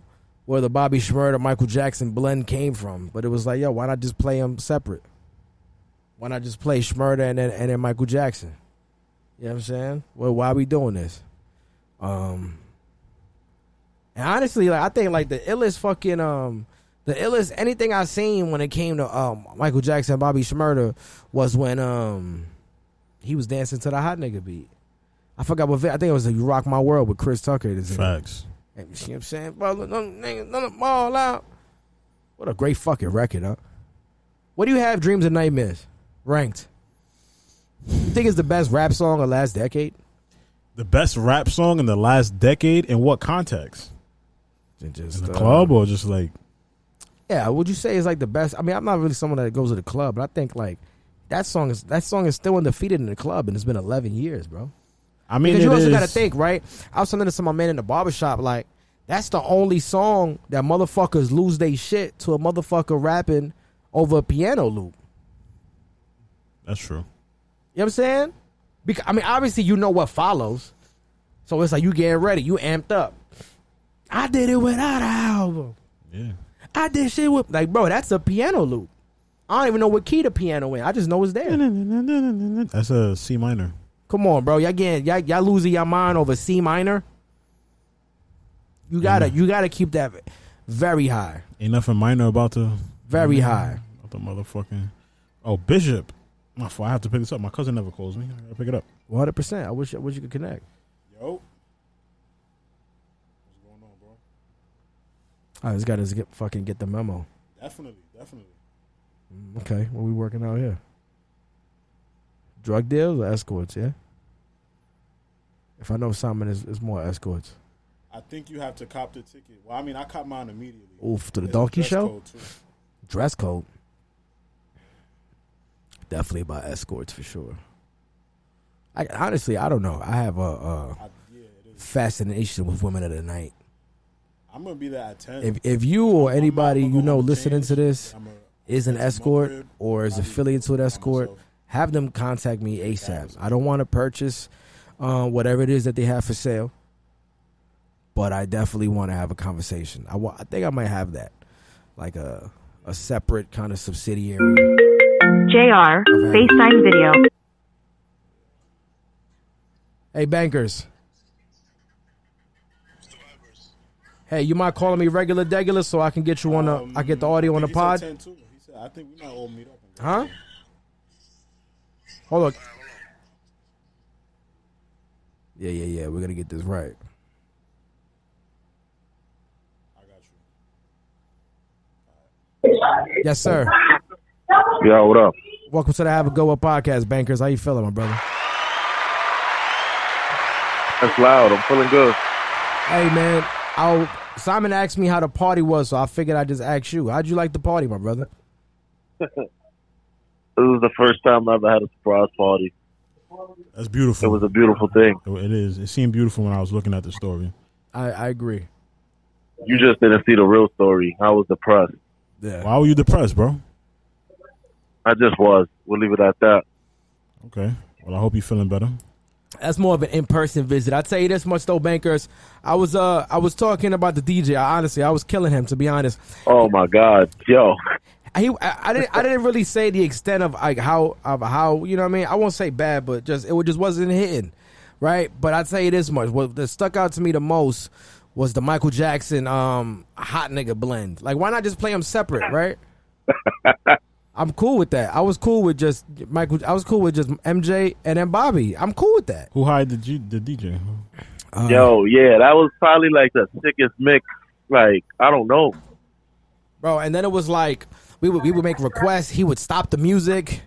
Speaker 2: where the Bobby Schmurd or Michael Jackson blend came from, but it was like, yo, why not just play them separate? Why not just play Schmurder and then and then Michael Jackson? You know what I'm saying? Well, why we doing this? Um, and honestly, like I think like the illest fucking um the illest anything I seen when it came to um Michael Jackson, and Bobby Schmurder was when um he was dancing to the hot nigga beat. I forgot what vi- I think it was "You Rock My World" with Chris Tucker. It is.
Speaker 3: Facts.
Speaker 2: You see what I'm saying? Bro, look, them niggas, let them all out. What a great fucking record, huh? What do you have, Dreams and Nightmares, ranked? You think it's the best rap song of last decade?
Speaker 3: The best rap song in the last decade in what context?
Speaker 2: Just,
Speaker 3: In the
Speaker 2: uh,
Speaker 3: club or just like
Speaker 2: Yeah, would you say it's like the best? I mean, I'm not really someone that goes to the club, but I think like that song is that song is still undefeated in the club, and it's been 11 years, bro.
Speaker 3: I mean,
Speaker 2: Because
Speaker 3: it
Speaker 2: you also
Speaker 3: is-
Speaker 2: got to think, right? I was telling this to my man in the barbershop, like, that's the only song that motherfuckers lose they shit to a motherfucker rapping over a piano loop.
Speaker 3: That's true.
Speaker 2: You know what I'm saying? Because I mean, obviously, you know what follows. So it's like you getting ready, you amped up. I did it without an album.
Speaker 3: Yeah.
Speaker 2: I did shit with like, bro. That's a piano loop. Mm-hmm. I don't even know what key the piano in. I just know it's there.
Speaker 3: That's a C minor.
Speaker 2: Come on, bro. Y'all getting y'all, y'all losing your mind over C minor. You gotta you gotta keep that very high,
Speaker 3: Ain't nothing minor about the
Speaker 2: very high.
Speaker 3: about the motherfucking. Oh, Bishop. My fault. I have to pick this up. My cousin never calls me. I gotta pick it up.
Speaker 2: One hundred percent. I wish I wish you could connect.
Speaker 3: Yo. What's going on, bro?
Speaker 2: I just gotta get, fucking get the memo.
Speaker 3: Definitely, definitely.
Speaker 2: Okay, what we working out here? Drug deals or escorts? Yeah. If I know Simon, it's, it's more escorts.
Speaker 3: I think you have to cop the ticket. Well, I mean, I cop mine immediately.
Speaker 2: Oof, to the donkey show. dress code. Definitely about escorts for sure. I honestly, I don't know. I have a, a fascination with women of the night.
Speaker 3: I'm gonna be there at ten.
Speaker 2: If if you or anybody you know listening to this is an escort
Speaker 3: crib.
Speaker 2: or is affiliated to an escort, have them contact me ASAP. I don't want to purchase uh, whatever it is that they have for sale, but I definitely want to have a conversation. I wa- I think I might have that, like a a separate kind of subsidiary.
Speaker 7: JR, FaceTime video.
Speaker 2: Hey, bankers. Hey, you mind calling me regular degular so I can get you on the I get the
Speaker 3: Um,
Speaker 2: audio on the pod?
Speaker 3: He said, I think we might all meet up.
Speaker 2: Huh? Hold on. Yeah, yeah, yeah. We're gonna get this right.
Speaker 3: I got you.
Speaker 2: Yes, sir.
Speaker 8: Yo, what up?
Speaker 2: Welcome to the Have a Go Up podcast, bankers. How you feeling, my brother?
Speaker 8: That's loud. I'm feeling good.
Speaker 2: Hey, man. I'll, Simon asked me how the party was, so I figured I'd just ask you. How'd you like the party, my brother?
Speaker 8: This is the first time I ever had a surprise party.
Speaker 3: That's
Speaker 8: It
Speaker 3: beautiful.
Speaker 8: was a beautiful thing.
Speaker 3: it is. It seemed beautiful when I was looking at the story.
Speaker 2: I, I agree.
Speaker 8: You just didn't see the real story. I was depressed.
Speaker 2: Yeah.
Speaker 3: Why were you depressed, bro?
Speaker 8: I just was. We'll leave it at that.
Speaker 3: Okay. Well, I hope you're feeling better.
Speaker 2: that's more of an in-person visit. I tell you this much though, bankers. I was uh I was talking about the DJ. I, honestly, I was killing him to be honest.
Speaker 8: Oh my God, yo,
Speaker 2: He, I, I didn't I didn't really say the extent of like how of how you know what I mean. I won't say bad, but just it just wasn't hitting, right? But I tell you this much: what that stuck out to me the most was the Michael Jackson um hot nigga blend. Like, why not just play them separate, right? I'm cool with that. I was cool with just Michael. I was cool with just MJ and then Bobby. I'm cool with that.
Speaker 3: Who hired the, G- the DJ?
Speaker 8: yo, yeah, that was probably like the sickest mix. Like I don't know.
Speaker 2: bro. And then it was like we would we would make requests. He would stop the music,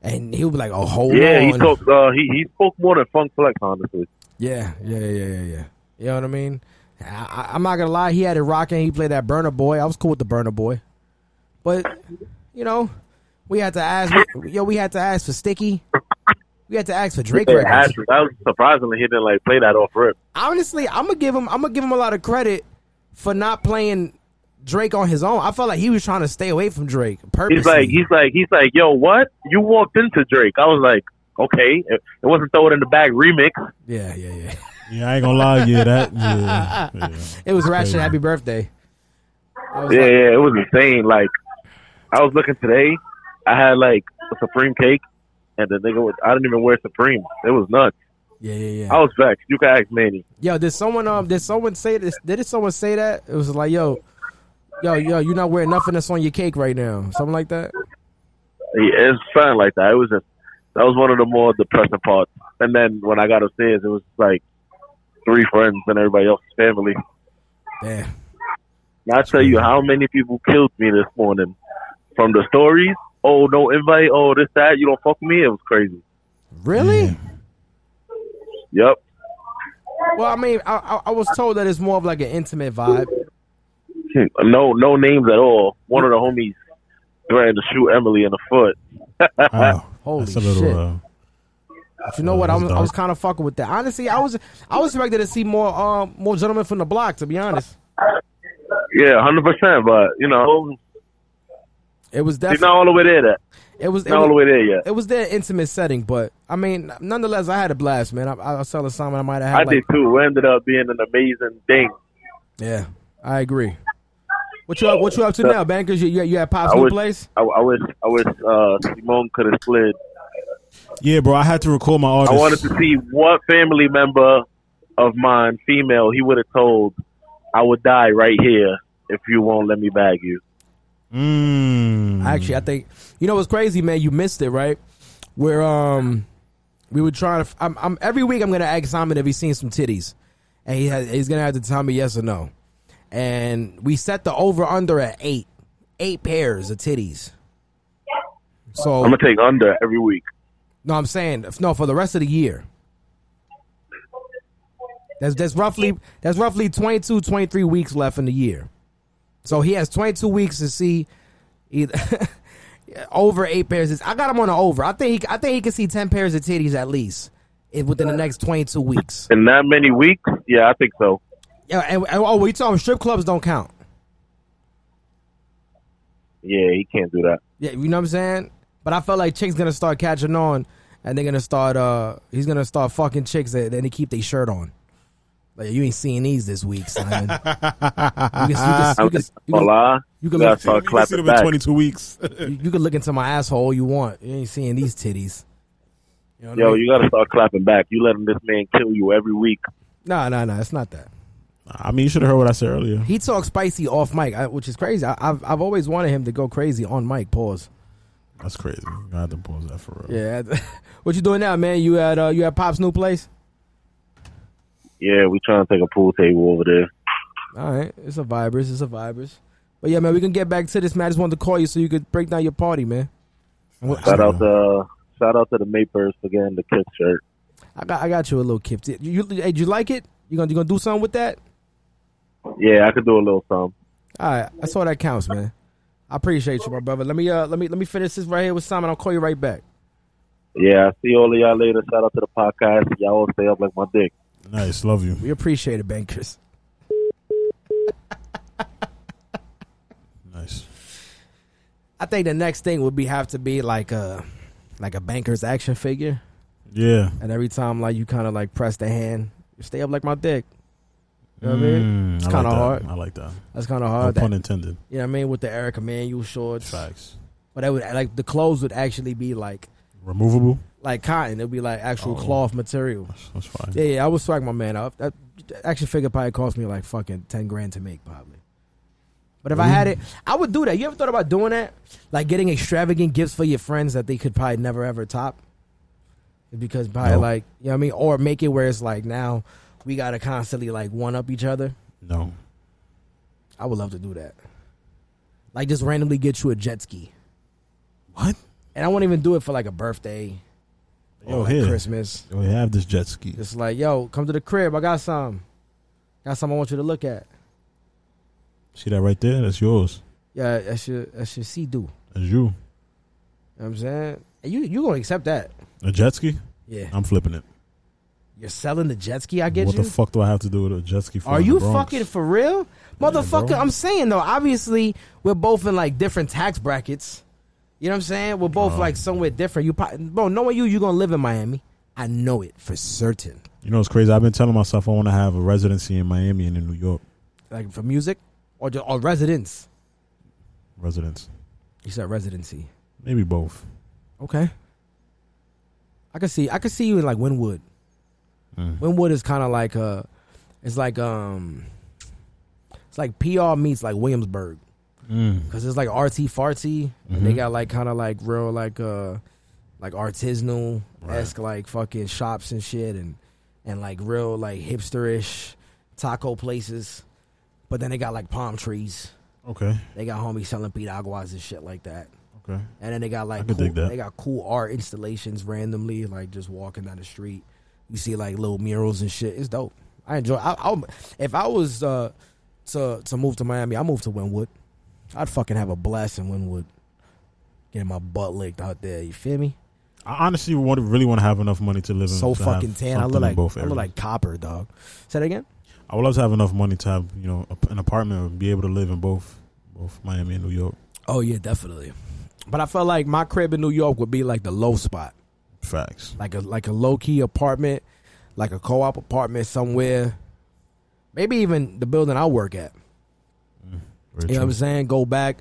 Speaker 2: and he would be like, "Oh, hold
Speaker 8: Yeah,
Speaker 2: on."
Speaker 8: he spoke. Uh, he he spoke more than Funk Flex, honestly.
Speaker 2: yeah, yeah, yeah, yeah, yeah. You know what I mean? I, I, I'm not gonna lie. He had it rocking. He played that Burner Boy. I was cool with the Burner Boy, but you know, we had to ask. Yo, we had to ask for Sticky. We had to ask for Drake
Speaker 8: Yeah,
Speaker 2: records.
Speaker 8: actually, that was surprisingly he didn't like play that off rip.
Speaker 2: honestly, I'm gonna give him. I'm gonna give him a lot of credit for not playing Drake on his own. I felt like he was trying to stay away from Drake purposely.
Speaker 8: He's like he's like he's like yo, what? You walked into Drake. I was like, okay, it, it wasn't throw it in the back remix.
Speaker 2: yeah, yeah, yeah.
Speaker 3: Yeah, I ain't gonna lie. Yeah, that. Yeah, yeah.
Speaker 2: It was
Speaker 3: Crazy.
Speaker 2: Ratchet Happy Birthday. I was
Speaker 8: Yeah,
Speaker 2: like,
Speaker 8: yeah, it was insane. Like, I was looking today. I had like a Supreme cake, and the nigga was. I didn't even wear Supreme. It was nuts.
Speaker 2: yeah, yeah,
Speaker 8: I
Speaker 2: yeah.
Speaker 8: was vexed. You can ask Manny.
Speaker 2: oh. Yo, did someone um did someone say this did someone say that? It was like, yo, yo, yo, you're not wearing nothing that's on your cake right now. Something like that.
Speaker 8: Yeah, It's fun like that. It was just that was one of the more depressing parts. And then when I got upstairs, it was like three friends and everybody else's family.
Speaker 2: Yeah.
Speaker 8: And I tell you how many people killed me this morning from the stories. Oh, no invite. Oh, this that. You don't fuck with me. It was crazy.
Speaker 2: Really?
Speaker 8: Yep.
Speaker 2: Well, I mean, I, I I was told that it's more of like an intimate vibe.
Speaker 8: Hmm. No, no names at all. One of the homies threatened to shoot Emily in the foot.
Speaker 3: Wow.
Speaker 2: Holy
Speaker 3: That's a little,
Speaker 2: shit.
Speaker 3: Uh,
Speaker 2: But you know
Speaker 3: Oh,
Speaker 2: what? I
Speaker 3: that's
Speaker 2: was I was
Speaker 3: dark.
Speaker 2: kind of fucking with that. Honestly, I was I was expected to see more um more gentlemen from the block. To be honest,
Speaker 8: Yeah, hundred percent. But you know,
Speaker 2: it was
Speaker 8: he's
Speaker 2: definitely
Speaker 8: not all the way there. That
Speaker 2: it was it
Speaker 8: not all the
Speaker 2: was-
Speaker 8: way there yet.
Speaker 2: it was their intimate setting, but I mean, nonetheless, I had a blast, man. I, I was telling Simon I might have had
Speaker 8: I
Speaker 2: like
Speaker 8: did too. It ended up being an amazing thing.
Speaker 2: Yeah, I agree. What you up, what you up to now, bankers? You you, you at Pops
Speaker 8: I
Speaker 2: new
Speaker 8: wish-
Speaker 2: place?
Speaker 8: I, I wish, I wish uh, Simone could have slid.
Speaker 3: Yeah, bro, I had to record my
Speaker 8: I
Speaker 3: artist.
Speaker 8: wanted to see what family member of mine, female, he would have told, I would die right here if you won't let me bag you.
Speaker 3: Mm.
Speaker 2: Actually, I think you know what's crazy, man. You missed it, right? Where um, we were trying to. I'm, I'm every week. I'm gonna ask Simon if he's seen some titties, and he has, he's gonna have to tell me yes or no. And we set the over under at eight, eight pairs of titties. So
Speaker 8: I'm gonna take under every week.
Speaker 2: no, I'm saying if- no for the rest of the year. That's that's roughly that's roughly 22, 23 weeks left in the year. So he has 22 weeks to see either over eight pairs. It's- I got him on an over. I think he, I think he can see 10 pairs of titties at least in, within the next 22 weeks.
Speaker 8: In that many weeks? Yeah, I think so.
Speaker 2: Yeah, and, and- oh, we talking strip clubs don't count.
Speaker 8: Yeah, he can't do that.
Speaker 2: Yeah, you know what I'm saying? But I felt like chicks gonna start catching on and they're gonna start uh he's gonna start fucking chicks that then they keep their shirt on. Like you ain't seeing these this week, son. you can, you can,
Speaker 8: I'm
Speaker 2: you
Speaker 8: gonna
Speaker 2: can, you can, you can look-
Speaker 8: start
Speaker 3: You see
Speaker 8: clapping
Speaker 3: them in
Speaker 8: back.
Speaker 3: 22 weeks.
Speaker 2: you- you can look into my asshole all you want. You ain't seeing these titties. You know what I
Speaker 8: Yo,
Speaker 2: mean?
Speaker 8: you gotta start clapping back. You letting this man kill you every week.
Speaker 2: No, no, no, it's not that.
Speaker 3: I mean, you should have heard what I said earlier.
Speaker 2: He talks spicy off mic, I, which is crazy. I, I've I've always wanted him to go crazy on mic. Pause.
Speaker 3: That's crazy. I had to pause that for real.
Speaker 2: Yeah. what you doing now, man? You at uh, you at Pop's new place?
Speaker 8: Yeah, we trying to take a pool table over there.
Speaker 2: All right, it's a vibers, it's a vibers. But yeah, man, we can get back to this, man. I just wanted to call you so you could break down your party, man.
Speaker 8: Shout out to uh, shout out to the Mapers for getting the kiss shirt.
Speaker 2: I got I got you a little gift. You, you hey, did you like it? You gonna you gonna do something with that?
Speaker 8: Yeah, I could do a little something.
Speaker 2: All right, that's all that counts, man. I appreciate you, my brother. Let me uh let me let me finish this right here with Simon. I'll call you right back.
Speaker 8: Yeah, I'll see all of y'all later. Shout out to the podcast. Y'all all stay up like my dick.
Speaker 3: Nice. Love you.
Speaker 2: We appreciate it, bankers.
Speaker 3: Nice.
Speaker 2: I think the next thing would be have to be like a like a banker's action figure,
Speaker 3: Yeah.
Speaker 2: and every time like you kind of like press the hand, you stay up like my dick. You know what I mean?
Speaker 3: Mm,
Speaker 2: It's
Speaker 3: I like
Speaker 2: kinda
Speaker 3: that.
Speaker 2: hard.
Speaker 3: I like that.
Speaker 2: That's kind of
Speaker 3: No
Speaker 2: hard. That-
Speaker 3: pun intended.
Speaker 2: you know what I mean? With the Eric Emanuel shorts.
Speaker 3: Facts.
Speaker 2: But that would like the clothes would actually be like
Speaker 3: Removable.
Speaker 2: like cotton. It'd be like actual cloth material.
Speaker 3: That's fine.
Speaker 2: Yeah, yeah. I would swag my man up. That that action figure probably cost me like fucking ten grand to make probably. But if I had it, I would do that. You ever thought about doing that? Like getting extravagant gifts for your friends that they could probably never ever top. Because probably
Speaker 3: No.
Speaker 2: like you know what I mean, or make it where it's like now we gotta constantly like one up each other.
Speaker 3: No.
Speaker 2: I would love to do that. Like just randomly get you a jet ski.
Speaker 3: What?
Speaker 2: and I won't even do it for like a birthday or
Speaker 3: Oh,
Speaker 2: like
Speaker 3: here.
Speaker 2: Christmas.
Speaker 3: We have this jet ski.
Speaker 2: It's like, yo, come to the crib. I got some. Got some I want you to look at.
Speaker 3: See that right there? That's yours.
Speaker 2: Yeah, that's your that's your see do. You know
Speaker 3: That's you.
Speaker 2: what I'm saying? And you you gonna accept that.
Speaker 3: A jet ski?
Speaker 2: Yeah.
Speaker 3: I'm flipping it.
Speaker 2: You're selling the jet ski I get
Speaker 3: what
Speaker 2: you?
Speaker 3: the fuck do I have to do with a jet ski?
Speaker 2: Are
Speaker 3: from
Speaker 2: you
Speaker 3: the Bronx?
Speaker 2: fucking for real? Motherfucker,
Speaker 3: bro.
Speaker 2: I'm saying though, obviously we're both in like different tax brackets. You know what I'm saying? We're
Speaker 3: Uh-huh.
Speaker 2: both like somewhere different. You probably, bro, knowing you, you gonna live in Miami. I know it for certain.
Speaker 3: You know what's crazy? I've been telling myself I want to have a residency in Miami and in New York.
Speaker 2: Like for music or just, or residence.
Speaker 3: Residence,
Speaker 2: You said residency.
Speaker 3: maybe both.
Speaker 2: Okay. I could see I could see you in like Winwood. Winwood is kind of like uh it's like um it's like PR meets like Williamsburg because it's like artsy fartsy and they got like kind of like real like uh like artisanal esque like fucking shops and shit and and like real like hipsterish taco places, but then they got like palm trees.
Speaker 3: Okay,
Speaker 2: They got homies selling pitaguas and shit like that.
Speaker 3: okay.
Speaker 2: And then they got like
Speaker 3: could
Speaker 2: cool,
Speaker 3: dig that.
Speaker 2: they got cool art installations randomly, like just walking down the street. You see like little murals and shit. It's dope. I enjoy. I, I if I was uh, to to move to Miami, I move to Wynwood. I'd fucking have a blast in Wynwood. Getting my butt licked out there. You feel me?
Speaker 3: I honestly want really want to have enough money to live in.
Speaker 2: So
Speaker 3: Mm, to have
Speaker 2: fucking tan. I
Speaker 3: something
Speaker 2: look
Speaker 3: in
Speaker 2: like
Speaker 3: both
Speaker 2: I look
Speaker 3: areas.
Speaker 2: like copper, dog. Say that again.
Speaker 3: I would love to have enough money to have you know a- an apartment and be able to live in both both Miami and New York.
Speaker 2: Oh yeah, definitely. But I felt like my crib in New York would be like the low spot.
Speaker 3: Facts.
Speaker 2: like a like a low key apartment, like a co op apartment somewhere. Maybe even the building I work at. You
Speaker 3: Very
Speaker 2: know what
Speaker 3: true.
Speaker 2: I'm saying? Go back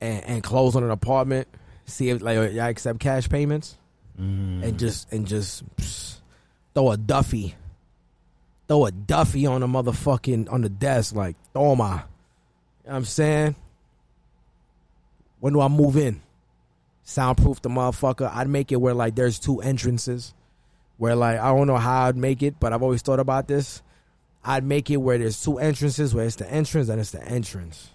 Speaker 2: and, and close on an apartment. See if like I accept cash payments. and just and just pss, throw a duffy, throw a duffy on the motherfucking on the desk like throw my. You know what I'm saying, when do I move in? Soundproof the motherfucker. I'd make it where like there's two entrances, where like I don't know how I'd make it, but I've always thought about this. I'd make it where there's two entrances, where it's the entrance and it's the entrance.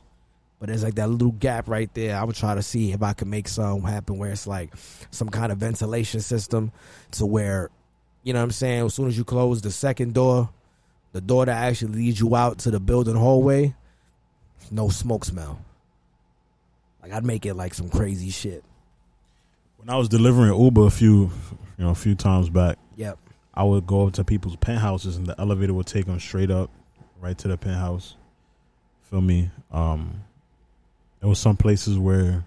Speaker 2: But there's like that little gap right there. I would try to see if I could make something happen where it's like some kind of ventilation system to where, you know what I'm saying, as soon as you close the second door, the door that actually leads you out to the building hallway, no smoke smell. Like I'd make it like some crazy shit.
Speaker 3: When I was delivering Uber a few, you know, a few times back,
Speaker 2: Yep.
Speaker 3: I would go up to people's penthouses and the elevator would take them straight up, right to the penthouse. Feel me? Um, there was some places where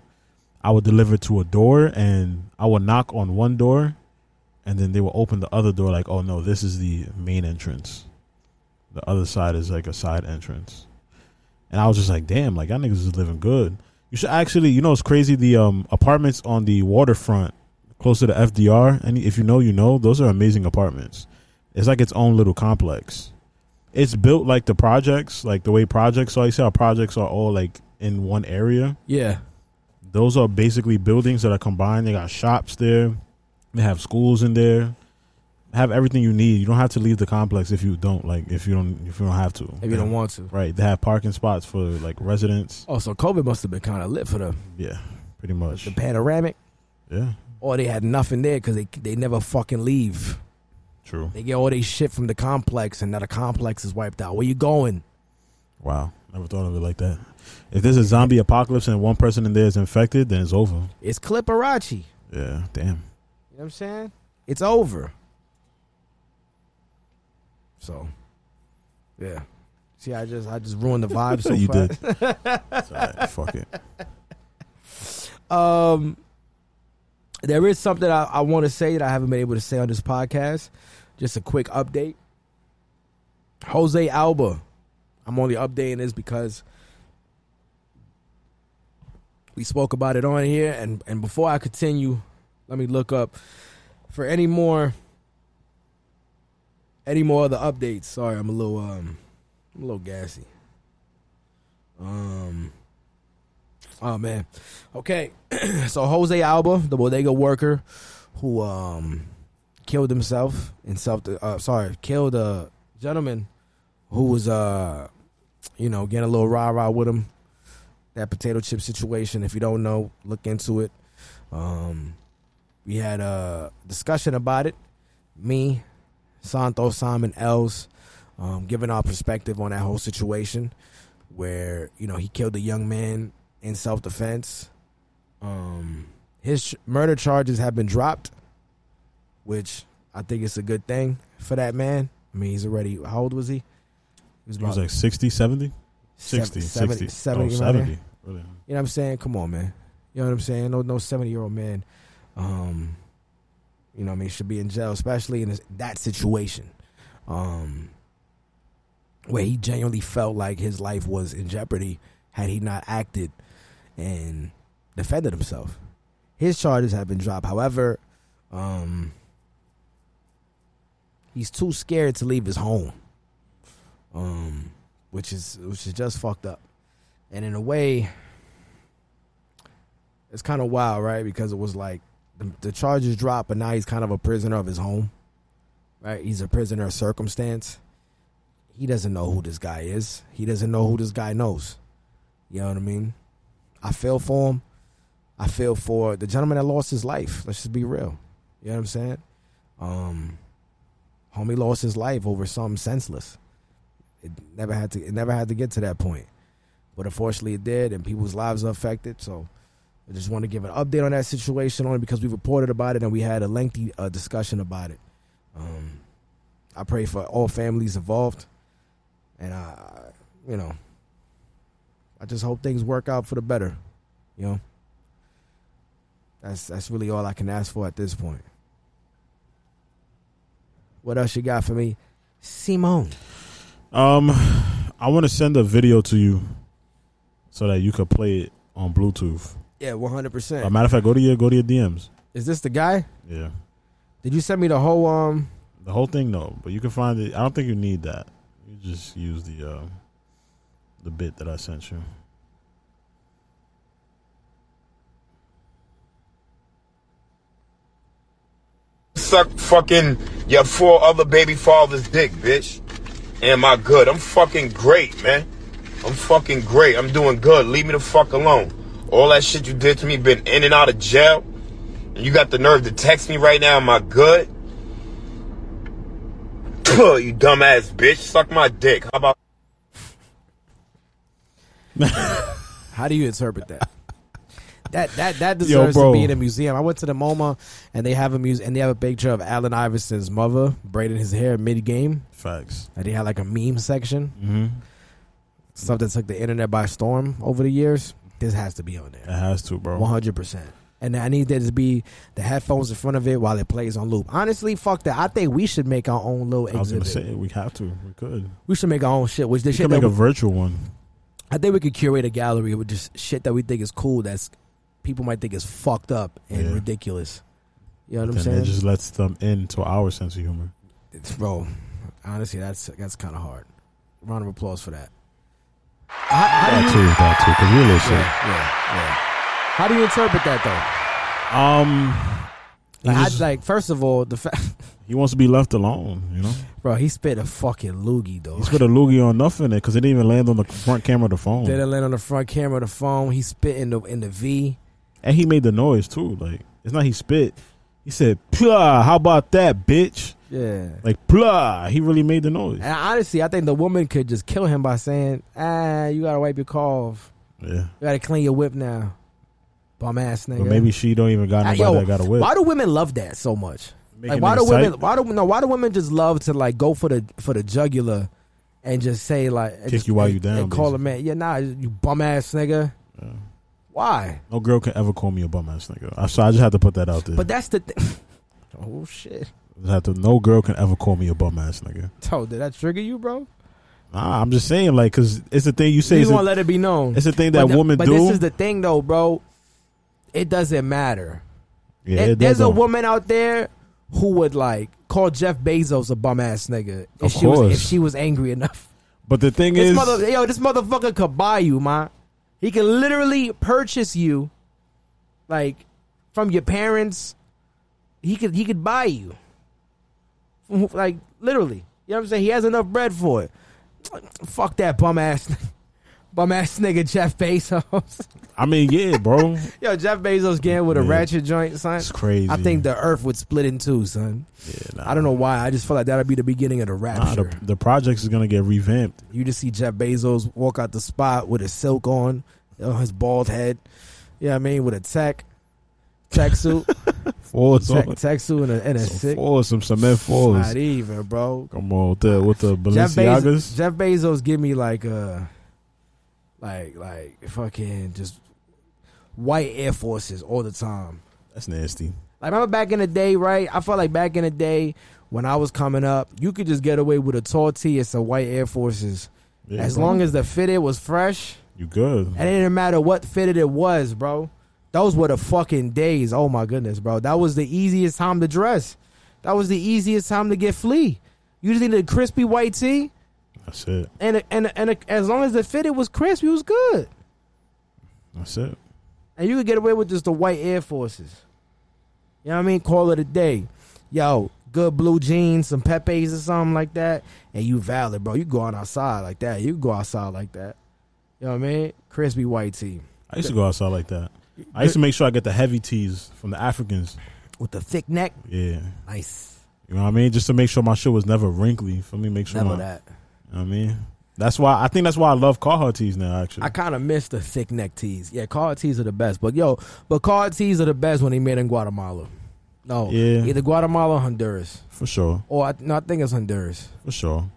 Speaker 3: I would deliver to a door and I would knock on one door, and then they would open the other door. Like, oh no, this is the main entrance. The other side is like a side entrance, and I was just like, damn, like y'all niggas is living good. You should actually, you know, it's crazy. The um apartments on the waterfront close to the FDR. And if you know, you know, those are amazing apartments. It's like its own little complex. It's built like the projects, like the way projects are. You see how projects are all like in one area.
Speaker 2: Yeah.
Speaker 3: Those are basically buildings that are combined. They got shops there. They have schools in there. They have everything you need. You don't have to leave the complex if you don't like. If you don't. If you don't have to.
Speaker 2: If you don't want to.
Speaker 3: Right. They have parking spots for like residents.
Speaker 2: Oh, so COVID must have been kind of lit for them.
Speaker 3: Yeah. Pretty much.
Speaker 2: The panoramic,
Speaker 3: Yeah.
Speaker 2: or they had nothing there because they they never fucking leave.
Speaker 3: True.
Speaker 2: They get all they shit from the complex, and now the complex is wiped out. Where you going?
Speaker 3: Wow. Never thought of it like that. If there's a zombie apocalypse and one person in there is infected, then it's over.
Speaker 2: It's Cliparachi. You know
Speaker 3: Yeah. Damn.
Speaker 2: what I'm saying? It's over. So, yeah. See, I just I just ruined the vibe so
Speaker 3: you
Speaker 2: fast.
Speaker 3: did. It's all right. Fuck it.
Speaker 2: Um, there is something I, I want to say that I haven't been able to say on this podcast. Just a quick update. Jose Alba. I'm only updating this because we spoke about it on here. And, and before I continue, let me look up for any more any more other updates. Sorry, I'm a little um I'm a little gassy. Um Oh man. Okay. so Jose Alba, the bodega worker who um killed himself in self uh, sorry, killed a gentleman who was uh you know, getting a little rah-rah with him. That potato chip situation, if you don't know, look into it. Um we had a discussion about it. Me, Santos, Simon, Els, um, giving our perspective on that whole situation where, you know, he killed a young man in self defense. Um, his ch- murder charges have been dropped, which I think it's a good thing for that man. I mean, he's already, how old was he? He
Speaker 3: It was like 60, 70? 60, 60.
Speaker 2: 70, right
Speaker 3: oh,
Speaker 2: there.
Speaker 3: 70. Really?
Speaker 2: You know what I'm saying? Come on, man. You know what I'm saying? No, no 70 year old man, um, you know, what I mean, should be in jail, especially in this, that situation, um, where he genuinely felt like his life was in jeopardy had he not acted and defended himself. His charges have been dropped. However, um, he's too scared to leave his home, um, which is which is just fucked up. And in a way, it's kind of wild, right? Because it was like the, the charges dropped, but now he's kind of a prisoner of his home, right? He's a prisoner of circumstance. He doesn't know who this guy is. He doesn't know who this guy knows. You know what I mean? I feel for him. I feel for the gentleman that lost his life. Let's just be real. You know what I'm saying? Um, homie lost his life over something senseless. It never had to. It never had to get to that point, but unfortunately, it did, and people's lives are affected. So, I just want to give an update on that situation only because we reported about it and we had a lengthy uh, discussion about it. Um, I pray for all families involved, and I, I- you know, I just hope things work out for the better. You know, that's that's really all I can ask for at this point. What else you got for me, Simone?
Speaker 3: Um, I want to send a video to you so that you could play it on Bluetooth.
Speaker 2: Yeah, one hundred
Speaker 3: As a
Speaker 2: percent.
Speaker 3: matter of fact, go to your go to your DMs.
Speaker 2: Is this the guy?
Speaker 3: Yeah.
Speaker 2: Did you send me the whole um?
Speaker 3: The whole thing, no. But you can find it. I don't think you need that. You just use the uh, the bit that I sent you.
Speaker 9: suck fucking your four other baby father's dick, bitch. Am I good? I'm fucking great, man. I'm fucking great. I'm doing good. Leave me the fuck alone. All that shit you did to me, been in and out of jail. And you got the nerve to text me right now, am I good? you dumbass bitch. Suck my dick. How about
Speaker 2: How do you interpret that? That that that
Speaker 3: Yo,
Speaker 2: deserves
Speaker 3: bro.
Speaker 2: to be in a museum. I went to the MoMA and they have a muse and they have a picture of Allen Iverson's mother braiding his hair mid game.
Speaker 3: Facts.
Speaker 2: And they had like a meme section. Mm-hmm. Stuff that took the internet by storm over the years. This has to be on
Speaker 3: It
Speaker 2: there,
Speaker 3: has to, bro.
Speaker 2: one hundred percent. And I need there to be the headphones in front of it while it plays on loop. Honestly, fuck that. I think we should make our own little
Speaker 3: I was gonna
Speaker 2: exhibit.
Speaker 3: say we have to. We could.
Speaker 2: we should make our own shit. Which this
Speaker 3: We
Speaker 2: shit
Speaker 3: could
Speaker 2: that
Speaker 3: make a
Speaker 2: we-
Speaker 3: virtual one.
Speaker 2: I think we could curate a gallery with just shit that we think is cool that's people might think is fucked up and
Speaker 3: Yeah.
Speaker 2: ridiculous. You know what I'm
Speaker 3: Then it
Speaker 2: saying?
Speaker 3: just lets them into our sense of humor.
Speaker 2: It's- bro, honestly, that's that's kind of hard. Round of applause for that. How, how
Speaker 3: That
Speaker 2: do
Speaker 3: too,
Speaker 2: you,
Speaker 3: that too,
Speaker 2: yeah, yeah, yeah. How do
Speaker 3: because real shit.
Speaker 2: you interpret that though?
Speaker 3: Um, he,
Speaker 2: Like, I,
Speaker 3: just-
Speaker 2: like first of all, the fact,
Speaker 3: he wants to be left alone. You know,
Speaker 2: bro, he spit a fucking loogie though.
Speaker 3: he spit a loogie on nothing because it didn't even land on the front camera of the phone,
Speaker 2: Didn't land on the front camera of the phone. He spit in the in the V.
Speaker 3: and he made the noise too. Like it's not he spit. He said, "Plah, how about that, bitch?"
Speaker 2: Yeah.
Speaker 3: Like plah. He really made the noise.
Speaker 2: And honestly, I think the woman could just kill him by saying, "Ah, you gotta wipe your car off."
Speaker 3: Yeah,
Speaker 2: You gotta clean your whip now. Bum ass nigga.
Speaker 3: but maybe she don't even got
Speaker 2: Ah,
Speaker 3: nobody
Speaker 2: yo,
Speaker 3: that got a whip.
Speaker 2: Why do women love that so much?
Speaker 3: Make
Speaker 2: like
Speaker 3: a
Speaker 2: why
Speaker 3: nigga
Speaker 2: do women
Speaker 3: psych.
Speaker 2: why do no why do women just love to like go for the for the jugular and just say like and
Speaker 3: Kick
Speaker 2: just-
Speaker 3: you while
Speaker 2: and-
Speaker 3: you down,
Speaker 2: and call a man yeah nah you bum ass nigga why
Speaker 3: No girl can ever call me a bum ass nigga. I- So I just had to put that out there.
Speaker 2: but that's the thing oh shit
Speaker 3: Just had to- no girl can ever call me a bum ass nigga.
Speaker 2: so did that trigger you bro
Speaker 3: Nah, I'm just saying, like, cause it's the thing you say.
Speaker 2: you
Speaker 3: is a-
Speaker 2: want to let it be known
Speaker 3: it's the thing
Speaker 2: But
Speaker 3: that
Speaker 2: the-
Speaker 3: women
Speaker 2: but
Speaker 3: do.
Speaker 2: this is the thing though bro it doesn't matter
Speaker 3: yeah,
Speaker 2: There-
Speaker 3: it
Speaker 2: there's
Speaker 3: does
Speaker 2: a
Speaker 3: though.
Speaker 2: woman out there who would like call Jeff Bezos a bum ass nigga if
Speaker 3: Of
Speaker 2: she was if
Speaker 3: course.
Speaker 2: she was angry enough.
Speaker 3: But the thing
Speaker 2: This
Speaker 3: is,
Speaker 2: mother yo, this motherfucker could buy you, man. He can literally purchase you, like from your parents. He could he could buy you, like literally. You know what I'm saying? He has enough bread for it. Fuck that bum ass, bum ass nigga Jeff Bezos.
Speaker 3: I mean, yeah, bro.
Speaker 2: Yo, Jeff Bezos getting with a
Speaker 3: Yeah.
Speaker 2: ratchet joint, son.
Speaker 3: It's crazy.
Speaker 2: I think the earth would split in two, son.
Speaker 3: nah.
Speaker 2: I don't know why. I just feel like that'd be the beginning of the
Speaker 3: Nah,
Speaker 2: rapture.
Speaker 3: the, the projects is gonna get revamped.
Speaker 2: You just see Jeff Bezos walk out the spot with his silk on, on his bald head. Yeah, I mean, with a tech, tech suit,
Speaker 3: Fours
Speaker 2: tech,
Speaker 3: on,
Speaker 2: tech suit, and a, and a sick.
Speaker 3: fours, some cement fours.
Speaker 2: Not even, bro.
Speaker 3: Come on, with the, with the
Speaker 2: Jeff
Speaker 3: Balenciagas.
Speaker 2: Bezos, Jeff Bezos give me like a, like like fucking just white Air Forces all the time.
Speaker 3: That's nasty.
Speaker 2: Like remember back in the day, right? I felt like back in the day when I was coming up, you could just get away with a tall tee and some white Air Forces.
Speaker 3: Yeah,
Speaker 2: as
Speaker 3: bro.
Speaker 2: long as the fitted was fresh,
Speaker 3: you good.
Speaker 2: and it didn't matter what fitted it was, bro. Those were the fucking days. Oh my goodness, bro. That was the easiest time to dress. That was the easiest time to get flea. You just needed a crispy white tee,
Speaker 3: That's it.
Speaker 2: and a, and a, and a, as long as the fitted was crisp, you was good,
Speaker 3: That's it.
Speaker 2: and you could get away with just the white Air Forces. You know what I mean? Call it a day. Yo, good blue jeans, some Pepe's or something like that, and you valid, bro. You go on outside like that. You go outside like that. You know what I mean? Crispy white tee
Speaker 3: I used to go outside like that. I used to make sure I get the heavy tees from the Africans.
Speaker 2: with the thick neck.
Speaker 3: Yeah.
Speaker 2: Nice.
Speaker 3: You know what I mean? Just to make sure my shit was never wrinkly. For me, make sure
Speaker 2: Never
Speaker 3: my,
Speaker 2: that.
Speaker 3: You know what I mean? That's why I think that's why I love Carhartt tees now. Actually,
Speaker 2: I kind of miss the thick neck tees. Yeah, card tees are the best. But yo, but card tees are the best when they made in Guatemala. No,
Speaker 3: Yeah.
Speaker 2: either Guatemala or Honduras,
Speaker 3: for sure,
Speaker 2: or I, no, I think it's Honduras.
Speaker 3: for sure.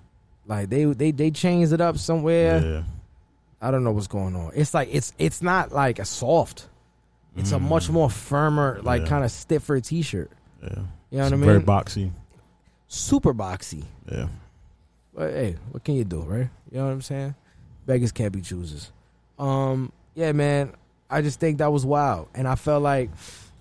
Speaker 2: Like they they they changed it up somewhere.
Speaker 3: yeah.
Speaker 2: I don't know what's going on. It's like it's it's not like a soft. It's a much more firmer, like
Speaker 3: Mm. Yeah.
Speaker 2: kind of stiffer T-shirt.
Speaker 3: yeah.
Speaker 2: You know
Speaker 3: It's
Speaker 2: what I mean?
Speaker 3: Very boxy.
Speaker 2: Super boxy.
Speaker 3: Yeah.
Speaker 2: But hey, what can you do, right? You know what I'm saying? Beggars can't be choosers. Um, yeah, man. I just think that was wild, and I felt like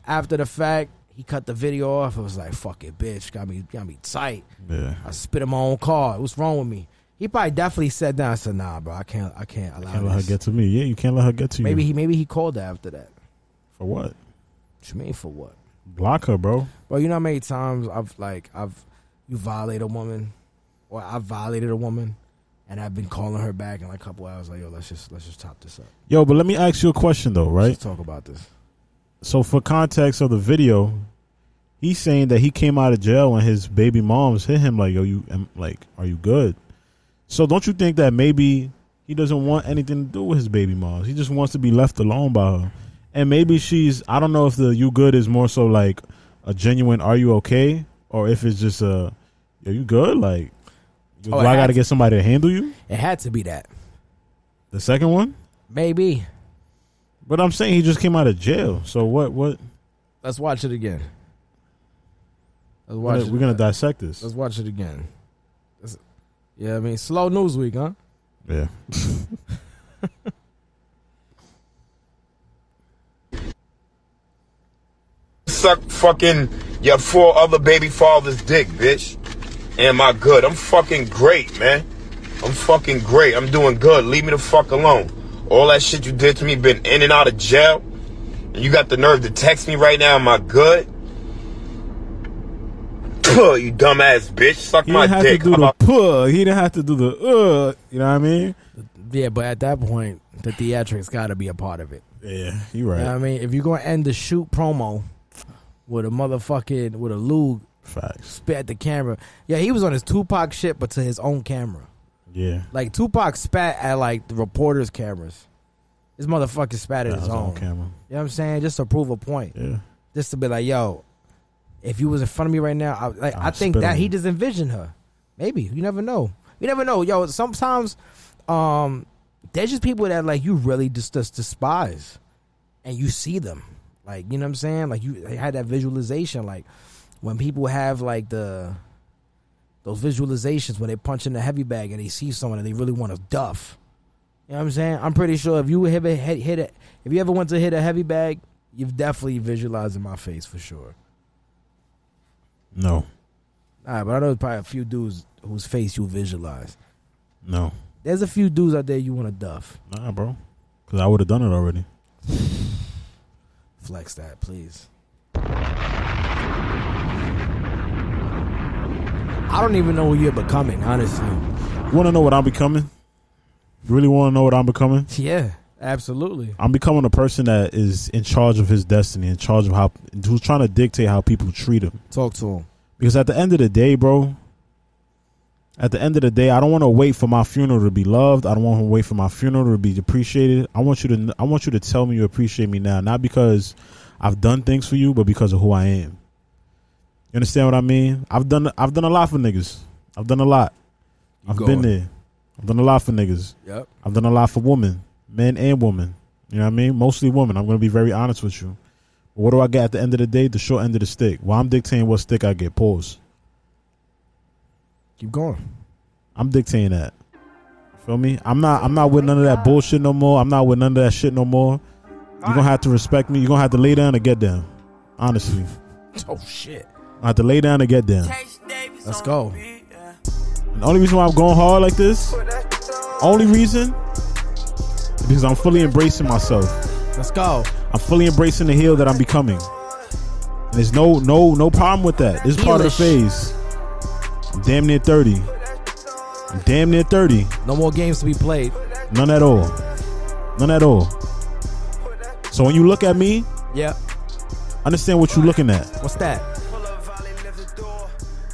Speaker 2: after the fact, He cut the video off. It was like, fuck it, bitch. Got me, got me tight.
Speaker 3: Yeah.
Speaker 2: I spit in my own car. What's wrong with me? He probably definitely sat down and said, nah, bro, I can't, I can't allow
Speaker 3: Can't let her
Speaker 2: this.
Speaker 3: get to me. Yeah, you can't let her get to
Speaker 2: maybe
Speaker 3: you.
Speaker 2: he, maybe he called her after that.
Speaker 3: For what?
Speaker 2: What you mean for what?
Speaker 3: Block her, bro.
Speaker 2: Bro, you know how many times I've like I've you violate a woman, or I violated a woman, and I've been calling her back in like a couple hours. Like, yo, let's just let's just top this up.
Speaker 3: Yo, but let me ask you a question though, right?
Speaker 2: Let's talk about this.
Speaker 3: So for context of the video, he's saying that he came out of jail when his baby moms hit him like, "Yo, you am- like, are you good?" So don't you think that maybe he doesn't want anything to do with his baby moms? He just wants to be left alone by her, and maybe she's I don't know if the "you good" is more so like a genuine "Are you okay?" or if it's just a "Are you good?" Like, do
Speaker 2: Oh, it
Speaker 3: I got
Speaker 2: had
Speaker 3: to
Speaker 2: to-
Speaker 3: get somebody to handle you?
Speaker 2: It had to be that.
Speaker 3: The second one,
Speaker 2: Maybe.
Speaker 3: but I'm saying he just came out of jail. So what? What?
Speaker 2: Let's watch it again. Let's watch
Speaker 3: what
Speaker 2: it.
Speaker 3: we're gonna dissect this.
Speaker 2: Let's watch it again. Let's- yeah, I mean, slow news week, huh?
Speaker 3: Yeah.
Speaker 9: suck fucking your four other baby father's dick, bitch. Am I good? I'm fucking great, man. I'm fucking great. I'm doing good. Leave me the fuck alone. All that shit you did to me, been in and out of jail. And you got the nerve to text me right now, am I good? Puh, you dumbass bitch. Suck
Speaker 3: He
Speaker 9: my
Speaker 3: didn't have
Speaker 9: dick.
Speaker 3: to do
Speaker 9: I'm
Speaker 3: the
Speaker 9: a-
Speaker 3: puh. He didn't have to do the uh. You know what I mean?
Speaker 2: Yeah, but at that point, the theatrics got to be a part of it.
Speaker 3: Yeah, you right.
Speaker 2: You know what I mean, if you're gonna end the shoot promo with a motherfucking with a lube
Speaker 3: Facts.
Speaker 2: spit at the camera. Yeah, he was on his Tupac shit, but to his own camera.
Speaker 3: Yeah.
Speaker 2: Like Tupac spat at like the reporters' cameras. This motherfucker spat at
Speaker 3: That
Speaker 2: his
Speaker 3: was
Speaker 2: own.
Speaker 3: on camera.
Speaker 2: You know what I'm saying? Just to prove a point.
Speaker 3: Yeah.
Speaker 2: Just to be like, yo, if you was in front of me right now, I like
Speaker 3: I'll
Speaker 2: I think
Speaker 3: spit
Speaker 2: that
Speaker 3: on
Speaker 2: he
Speaker 3: you.
Speaker 2: just envisioned her. Maybe. You never know. You never know. Yo, sometimes um there's just people that like you really just, just despise and you see them. Like, you know what I'm saying? Like you they had that visualization. Like when people have like the those visualizations when they punch in the heavy bag and they see someone and they really want to duff. You know what I'm saying? I'm pretty sure if you ever hit, hit it, if you ever went to hit a heavy bag, you've definitely visualized in my face for sure.
Speaker 3: No.
Speaker 2: All right, but I know there's probably a few dudes whose face you visualize.
Speaker 3: No.
Speaker 2: There's a few dudes out there you want to duff.
Speaker 3: Nah, bro. Because I would have done it already.
Speaker 2: Flex that, please. I don't even know who you're becoming, honestly.
Speaker 3: You want to know what I'm becoming? You really want to know what I'm becoming?
Speaker 2: Yeah, absolutely.
Speaker 3: I'm becoming a person that is in charge of his destiny, in charge of how, who's trying to dictate how people treat him.
Speaker 2: Talk to him.
Speaker 3: Because at the end of the day, bro, at the end of the day, I don't want to wait for my funeral to be loved. I don't want to wait for my funeral to be appreciated. I want you to kn- I want you to tell me you appreciate me now, not because I've done things for you, but because of who I am. You understand what I mean? I've done I've done a lot for niggas. I've done a lot. I've
Speaker 2: going.
Speaker 3: been there. I've done a lot for niggas.
Speaker 2: Yep.
Speaker 3: I've done a lot for women, men and women. You know what I mean? Mostly women. I'm going to be very honest with you. But what do I get at the end of the day? The short end of the stick. Well, I'm dictating what stick I get. Pause.
Speaker 2: Keep going.
Speaker 3: I'm dictating that. Feel me? I'm not. I'm not with none of that bullshit no more. I'm not with none of that shit no more. You're gonna have to respect me. You're gonna have to lay down and get down. Honestly,
Speaker 2: Oh shit.
Speaker 3: I have to lay down and get down.
Speaker 2: Let's go.
Speaker 3: And the only reason why I'm going hard like this, only reason, is because I'm fully embracing myself.
Speaker 2: Let's go.
Speaker 3: I'm fully embracing the heel that I'm becoming. And there's no no no problem with that. This is part of the phase. I'm damn near 30. I'm damn near 30.
Speaker 2: No more games to be played.
Speaker 3: None at all. None at all. So when you look at me,
Speaker 2: Yeah.
Speaker 3: understand what you're looking at.
Speaker 2: What's that?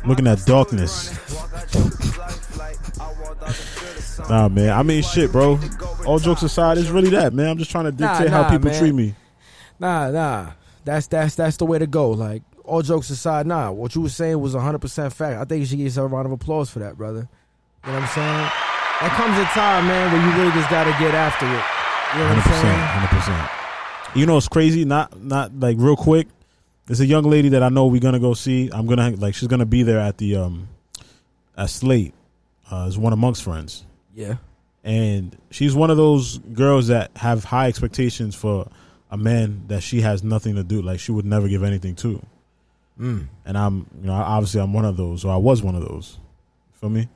Speaker 3: Looking at darkness. nah, man. I mean, shit, bro. All jokes aside, it's really that, man. I'm just trying to
Speaker 2: Nah,
Speaker 3: dictate
Speaker 2: nah,
Speaker 3: how people
Speaker 2: man.
Speaker 3: treat me.
Speaker 2: Nah, nah. That's that's that's the way to go. Like all jokes aside, nah. What you were saying was 100 percent fact. I think you should give yourself a round of applause for that, brother. You know what I'm saying? That comes a time, man, where you really just gotta get after it. You know what
Speaker 3: Hundred
Speaker 2: I'm
Speaker 3: percent,
Speaker 2: saying?
Speaker 3: hundred percent. You know, it's crazy. Not, not like real quick. There's a young lady that I know we're gonna go see. I'm gonna like she's gonna be there at the um at Slate. Uh, is one of Monk's friends,
Speaker 2: Yeah.
Speaker 3: and she's one of those girls that have high expectations for a man that she has nothing to do. Like she would never give anything to. and I'm you know obviously I'm one of those or I was one of those. You feel me?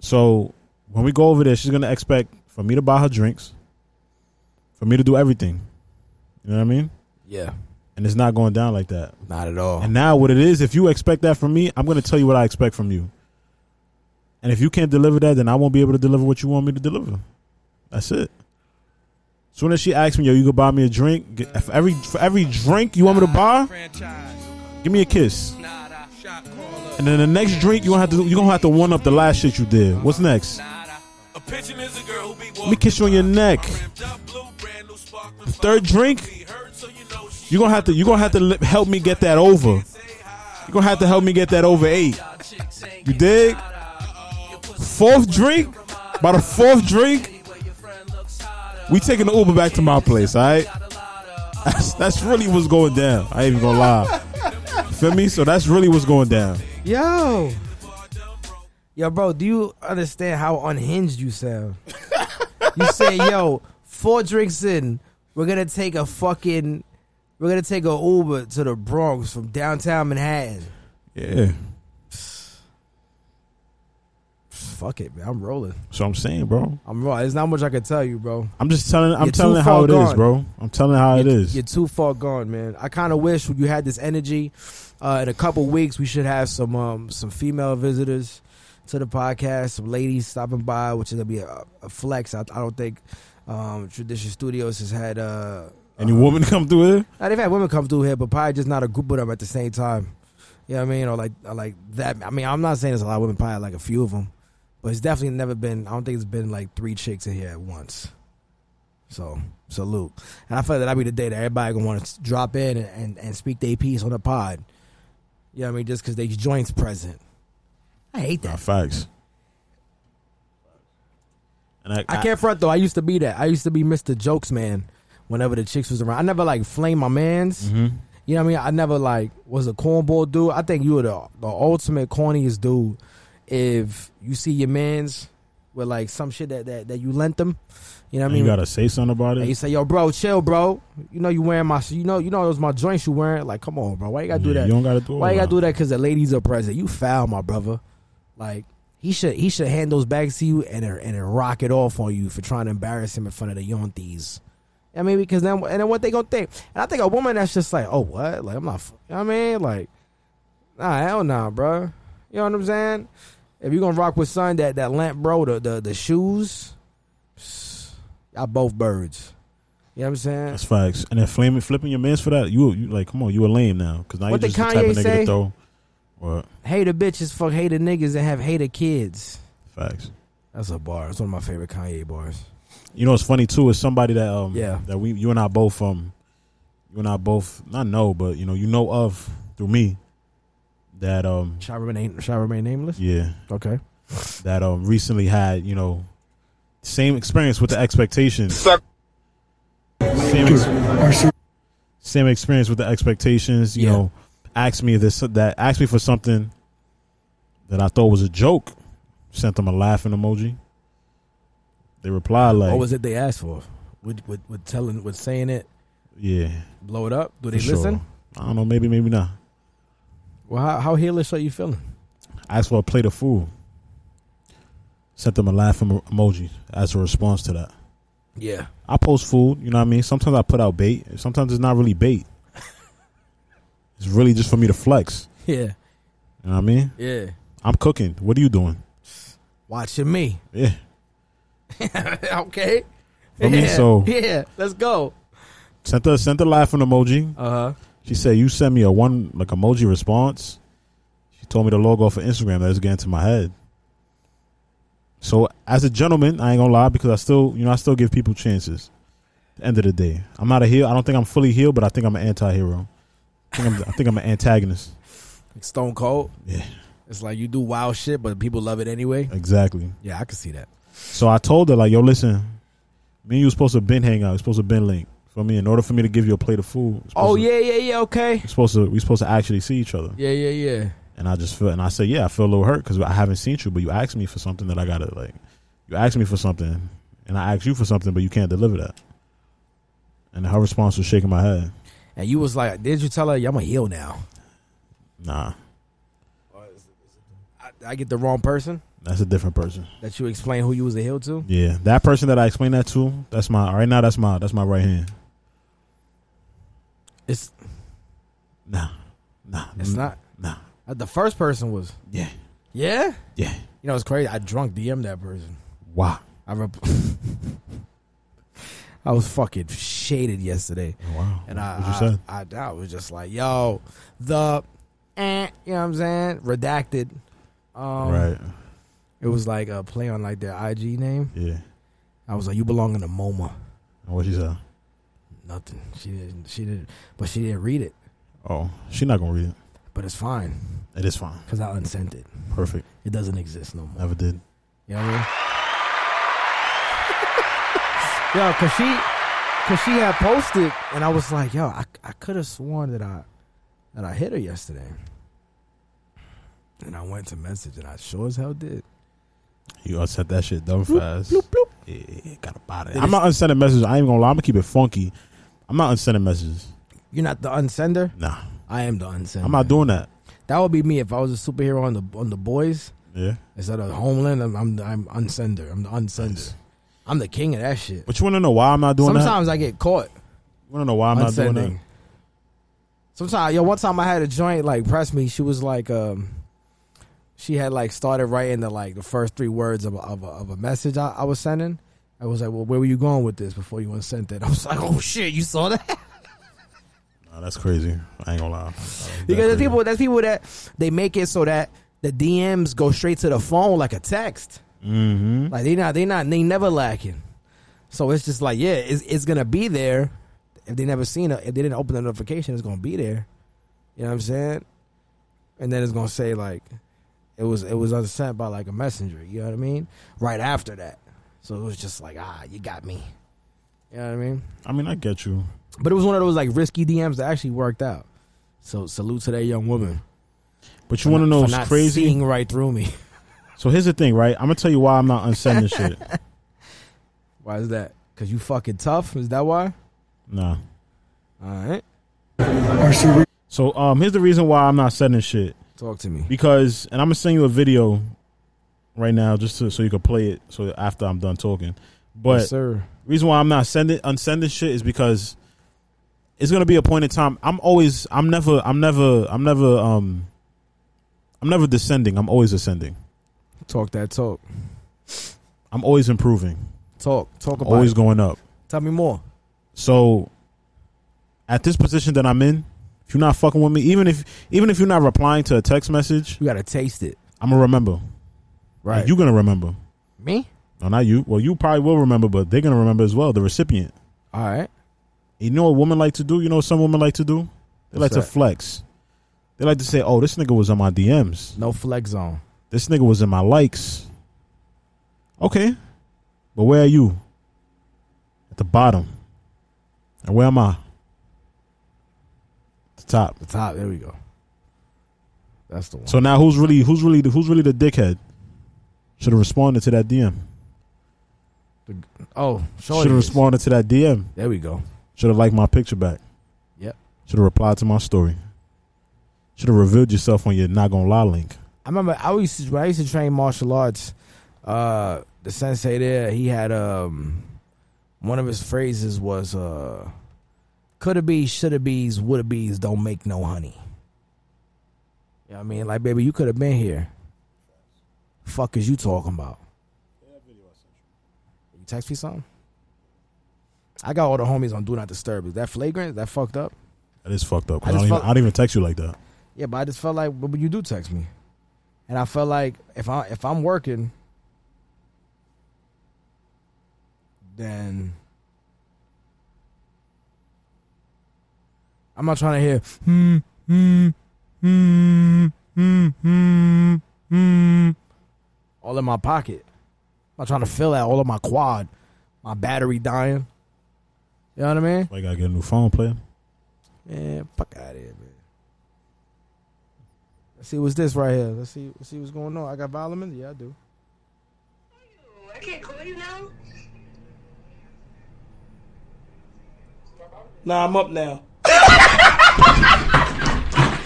Speaker 3: So when we go over there, she's gonna expect for me to buy her drinks, for me to do everything. You know what I mean?
Speaker 10: Yeah,
Speaker 3: And it's not going down like that.
Speaker 10: not at all.
Speaker 2: Oh.
Speaker 3: And now what it is, if you expect that from me, I'm gonna tell you what I expect from you. And if you can't deliver that, then I won't be able to deliver what you want me to deliver. That's it. Soon as she asks me, "Yo, you could buy me a drink get, for every for every drink you want me to buy, give me a kiss." And then the next drink you gonna have to you gonna have to one up the last shit you did. What's next? Let me kiss you on your neck. Third drink, you gonna have to you gonna have to li- help me get that over. You gonna have to help me get that over eight. You dig? Fourth drink, by the fourth drink, we taking the Uber back to my place. All right, that's, that's really what's going down. I ain't even gonna lie. Feel me? So that's really what's going down.
Speaker 10: Yo,
Speaker 2: Yo, bro, do you understand how unhinged you sound? you say, yo, four drinks in, we're gonna take a fucking, we're gonna take a Uber to the Bronx from downtown Manhattan.
Speaker 3: Yeah.
Speaker 2: Fuck it, man, I'm rolling.
Speaker 3: So I'm saying, bro.
Speaker 2: I'm rolling. There's not much I can tell you, bro.
Speaker 3: I'm just telling. I'm
Speaker 2: You're too
Speaker 3: telling
Speaker 2: far
Speaker 3: how it is,
Speaker 2: gone.
Speaker 3: bro. I'm telling how it
Speaker 2: you're,
Speaker 3: is.
Speaker 2: You're too far gone, man. I kind of wish you had this energy. Uh, in a couple weeks, we should have some um, some female visitors to the podcast, some ladies stopping by, which is gonna be a, a flex. I, I don't think um, Tradition Studios has had. Uh,
Speaker 3: Any woman come through here?
Speaker 2: now, they've had women come through here, but probably just not a group of them at the same time. You know what I mean? Or like, or like that. I mean, I'm not saying there's a lot of women, probably like a few of them, but it's definitely never been. I don't think it's been like three chicks in here at once. So salute, and I feel that that'd be the day that everybody gonna want to drop in and, and, and speak their piece on the pod. You know what I mean? Just because they joints present. I hate
Speaker 3: Nah,
Speaker 2: that.
Speaker 3: facts. And I,
Speaker 2: I can't front though. I used to be that. I used to be Mr. Jokes man. Whenever the chicks was around, I never like flame my man's. You know what I mean? I never like was a cornball dude. I think you were the the ultimate corniest dude. If you see your man's with like some shit that that, that you lent them, you know what I
Speaker 3: And
Speaker 2: mean?
Speaker 3: you gotta say something about
Speaker 2: and
Speaker 3: it.
Speaker 2: you say, "Yo, bro, chill, bro. You know you wearing my, you know, you know it was my joints you wearing. Like, come on, bro. Why you gotta do
Speaker 3: Yeah,
Speaker 2: that?
Speaker 3: you don't gotta do it
Speaker 2: Why you gotta
Speaker 3: now.
Speaker 2: do that? Because the ladies are present. You foul, my brother. Like he should, he should hand those bags to you and and then rock it off on you for trying to embarrass him in front of the yonties. I mean, because then and then what they gonna think? And I think a woman that's just like, oh, what? Like I'm not. f- You know what I mean, like, nah, hell nah, bro. You know what I'm saying? If you gonna rock with son, that that lamp, bro, the the, the shoes, y'all both birds. You know what I'm saying?
Speaker 3: That's facts. And then flaming, flipping your mans for that. You, you like, come on, you a lame now. Because now
Speaker 2: What
Speaker 3: you
Speaker 2: did
Speaker 3: just the type
Speaker 2: Kanye
Speaker 3: of nigga
Speaker 2: say?
Speaker 3: to throw. What
Speaker 2: hater bitches fuck hater niggas and have hater kids.
Speaker 3: facts?
Speaker 2: That's a bar. It's one of my favorite Kanye bars.
Speaker 3: You know what's funny too is somebody that um
Speaker 2: Yeah.
Speaker 3: that we you and I both um you and I both not know but you know you know of through me that um
Speaker 2: Shall I remain, shall I remain nameless?
Speaker 3: yeah
Speaker 2: Okay.
Speaker 3: that um recently had you know same experience with the expectation
Speaker 9: Suck.
Speaker 3: same, ex- same experience with the expectations. You
Speaker 2: Yeah.
Speaker 3: know, asked me this that asked me for something that I thought was a joke. Sent them a laughing emoji. They replied like,
Speaker 2: what Oh, was it they asked for? Would would, would telling would saying it
Speaker 3: "Yeah,
Speaker 2: blow it up? Do they
Speaker 3: for sure.
Speaker 2: listen?
Speaker 3: I don't know, maybe, maybe not.
Speaker 2: Well, how, how heelish are you feeling?
Speaker 3: Asked for a plate of food. Sent them a laughing emo- emoji as a response to that.
Speaker 2: Yeah.
Speaker 3: I post food, you know what I mean? Sometimes I put out bait. Sometimes it's not really bait. it's really just for me to flex.
Speaker 2: Yeah.
Speaker 3: You know what I mean?
Speaker 2: Yeah.
Speaker 3: I'm cooking. What are you doing?
Speaker 2: Watching me.
Speaker 3: Yeah.
Speaker 2: okay.
Speaker 3: I mean,
Speaker 2: yeah.
Speaker 3: so-
Speaker 2: yeah. Let's go.
Speaker 3: Sent her sent the laughing emoji.
Speaker 2: Uh huh.
Speaker 3: She said, You sent me a one like emoji response. She told me to log off of Instagram. That was getting to my head. So as a gentleman, I ain't gonna lie, because I still you know, I still give people chances. At the end of the day. I'm not a heel. I don't think I'm fully healed, but I think I'm an anti hero. I think I'm, I think I'm an antagonist.
Speaker 2: Like Stone Cold.
Speaker 3: Yeah.
Speaker 2: It's like you do wild shit, but people love it anyway.
Speaker 3: Exactly.
Speaker 2: Yeah, I can see that.
Speaker 3: So I told her, like, yo, listen, me and you supposed to been hang out. You're supposed to been link for me. In order for me to give you a plate of food, it's supposed
Speaker 2: Oh
Speaker 3: to-
Speaker 2: yeah, yeah, yeah. Okay.
Speaker 3: we're supposed to we supposed to actually see each other.
Speaker 2: Yeah, yeah, yeah.
Speaker 3: And I just feel, and I said, yeah, I feel a little hurt because I haven't seen you, but you asked me for something that I gotta like. You asked me for something, and I asked you for something, but you can't deliver that. And her response was shaking my head.
Speaker 2: And you was like, did you tell her "Yeah, I'm a heel now?
Speaker 3: Nah,
Speaker 2: I get the wrong person
Speaker 3: that's a different person.
Speaker 2: that you explain who you was a heel to.
Speaker 3: Yeah, that person that I explained that to, that's my right now. That's my that's my right hand.
Speaker 2: It's
Speaker 3: Nah, nah,
Speaker 2: it's
Speaker 3: mm,
Speaker 2: not.
Speaker 3: Nah,
Speaker 2: Uh, The first person was
Speaker 3: yeah,
Speaker 2: yeah.
Speaker 3: yeah.
Speaker 2: You know it's crazy. I drunk DM that person.
Speaker 3: Wow,
Speaker 2: I rep- I was fucking shaded yesterday.
Speaker 3: wow.
Speaker 2: And I,
Speaker 3: What you said?
Speaker 2: I, I, I was just like, yo, the, eh, you know what I'm saying? Redacted. Um,
Speaker 3: right.
Speaker 2: It was like a play on like their IG name.
Speaker 3: Yeah.
Speaker 2: I was like, you belong in the MoMA.
Speaker 3: And what she said?
Speaker 2: Nothing. She didn't. She didn't. But she didn't read it.
Speaker 3: Oh, she not gonna read it.
Speaker 2: But it's fine
Speaker 3: It is fine.
Speaker 2: because I unsent it.
Speaker 3: Perfect.
Speaker 2: It doesn't exist no more.
Speaker 3: Never did.
Speaker 2: You know what I mean? yo, cause she, cause she had posted, and I was like, yo, I, I could have sworn that I, that I hit her yesterday. And I went to message, and I sure as hell did.
Speaker 3: You unsent that shit dumb fast. Yeah, got about it. I'm not unsending messages. I ain't gonna lie. I'm gonna keep it funky. I'm not unsending messages.
Speaker 2: You're not the unsender.
Speaker 3: Nah,
Speaker 2: I am the unsender.
Speaker 3: I'm not doing that.
Speaker 2: That would be me if I was a superhero on the on the boys
Speaker 3: Yeah.
Speaker 2: instead of Homeland. I'm I'm, I'm unsender. I'm the unsender. I'm the king of that shit.
Speaker 3: But you wanna know why I'm not doing that?
Speaker 2: Sometimes I get caught
Speaker 3: You wanna know why I'm not doing that?
Speaker 2: unsending. Sometimes, yo, one time I had a joint like press me. She was like, um, she had like started writing the like the first three words of a, of a, of a message I, I was sending. I was like, well, where were you going with this before you unsent it? I was like, oh shit, you saw that.
Speaker 3: Nah, that's crazy. I ain't gonna lie. That's
Speaker 2: Because there's
Speaker 3: crazy.
Speaker 2: people, there's people that they make it so that the DMs go straight to the phone like a text. Mm-hmm. Like they not, they not, they never lacking. So it's just like, yeah, it's, it's gonna be there. If they never seen it, if they didn't open the notification, it's gonna be there. You know what I'm saying? And then it's gonna say like, it was it was unsent by like a messenger. You know what I mean? Right after that, so it was just like, ah, you got me. You know what I mean?
Speaker 3: I mean, I get you.
Speaker 2: But it was one of those like risky DMs that actually worked out. So salute to that young woman.
Speaker 3: But you wanna know
Speaker 2: for
Speaker 3: what's
Speaker 2: not
Speaker 3: crazy?
Speaker 2: seeing right through me.
Speaker 3: So here's the thing, right? I'm gonna tell you why I'm not unsending shit.
Speaker 2: Why is that? Because you fucking tough. Is that why?
Speaker 3: Nah.
Speaker 2: All right,
Speaker 3: So um, here's the reason why I'm not sending shit.
Speaker 2: talk to me.
Speaker 3: because and I'm gonna send you a video right now just to, so you can play it. So after I'm done talking, but
Speaker 2: sir.
Speaker 3: reason why I'm not sending unsending shit is because it's gonna be a point in time. I'm always I'm never I'm never I'm never um I'm never descending. I'm always ascending.
Speaker 2: Talk that talk.
Speaker 3: I'm always improving.
Speaker 2: Talk. Talk about.
Speaker 3: Always
Speaker 2: it.
Speaker 3: going up.
Speaker 2: Tell me more.
Speaker 3: So at this position that I'm in, if you're not fucking with me, even if even if you're not replying to a text message,
Speaker 2: You gotta taste it,
Speaker 3: I'm gonna remember.
Speaker 2: right?
Speaker 3: You're gonna remember.
Speaker 2: me?
Speaker 3: No, not you. Well, you probably will remember, but they're gonna remember as well. The recipient.
Speaker 2: All right.
Speaker 3: You know what women like to do? You know what some women like to do? They
Speaker 2: What's
Speaker 3: like
Speaker 2: that?
Speaker 3: to flex. They like to say, "Oh, this nigga was in my DMs.
Speaker 2: No flex zone.
Speaker 3: This nigga was in my likes." Okay, but where are you? At the bottom. And where am I? The top.
Speaker 2: The top. There we go. That's the one.
Speaker 3: So now who's really who's really the, who's really the dickhead? Should have responded to that DM.
Speaker 2: oh,
Speaker 3: Should have
Speaker 2: shorty.
Speaker 3: responded to that DM.
Speaker 2: There we go.
Speaker 3: Should have liked my picture back.
Speaker 2: Yep.
Speaker 3: Should have replied to my story. Should have revealed yourself on your not gonna lie link.
Speaker 2: I remember I used to, when I used to train martial arts. Uh, the sensei there, he had um, one of his phrases was uh, "coulda bees, shoulda bees, woulda bees don't make no honey." You know what I mean, like, baby, you could have been here. Fuck is you talking about? You text me something. I got all the homies on Do Not Disturb. Is that flagrant? Is that fucked up?
Speaker 3: That is fucked up. 'cause
Speaker 2: I just
Speaker 3: I, don't even,
Speaker 2: felt-
Speaker 3: I don't even text you like that.
Speaker 2: Yeah, but I just felt like, but but you do text me, and I felt like if I if I'm working, then I'm not trying to hear. Hmm, hmm, hmm, hmm, hmm, hmm, all in my pocket. I'm not trying to fill out all of my quad, my battery dying. You know what I mean?
Speaker 3: Like I get a new phone player.
Speaker 2: Yeah, fuck out of here, man. Let's see what's this right here. Let's see let's see what's going on. I got Vitamin? Yeah, I do.
Speaker 11: I can't call you now.
Speaker 6: Nah, I'm up now. You on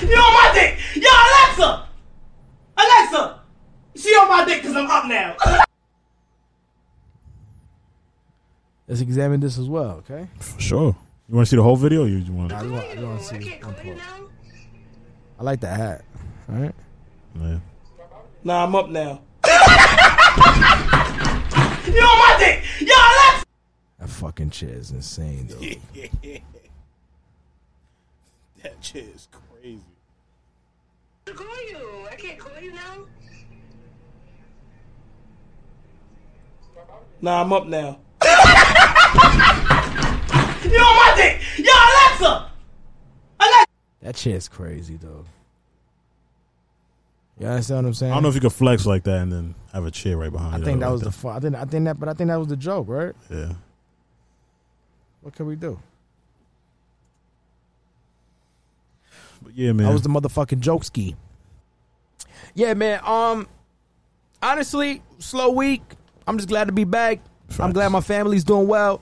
Speaker 6: my dick! Yo, Alexa! Alexa! She on my dick because I'm up now.
Speaker 2: Let's examine this as well, okay?
Speaker 3: For sure. You want to see the whole video? Or you just want?
Speaker 2: I, just want, I, just want to see one part. I like the hat. All right.
Speaker 3: Yeah.
Speaker 6: nah, I'm up now. you on my dick! Yo, Alexa!
Speaker 2: That fucking chair is insane, though.
Speaker 12: That shit is crazy.
Speaker 13: To call you. I can't call you now.
Speaker 6: Nah, I'm up now. you on my dick! Yo, Alexa!
Speaker 2: That chair is crazy, though. You understand what I'm
Speaker 3: I
Speaker 2: saying?
Speaker 3: don't know if you could flex like that and then have a chair right behind
Speaker 2: I
Speaker 3: you.
Speaker 2: think that
Speaker 3: like
Speaker 2: was the fun. I think I think that, but I think that was the joke, right?
Speaker 3: Yeah.
Speaker 2: What can we do?
Speaker 3: But yeah, man.
Speaker 2: That was the motherfucking joke ski. Yeah, man. Um, honestly, slow week. I'm just glad to be back. I'm glad my family's doing well.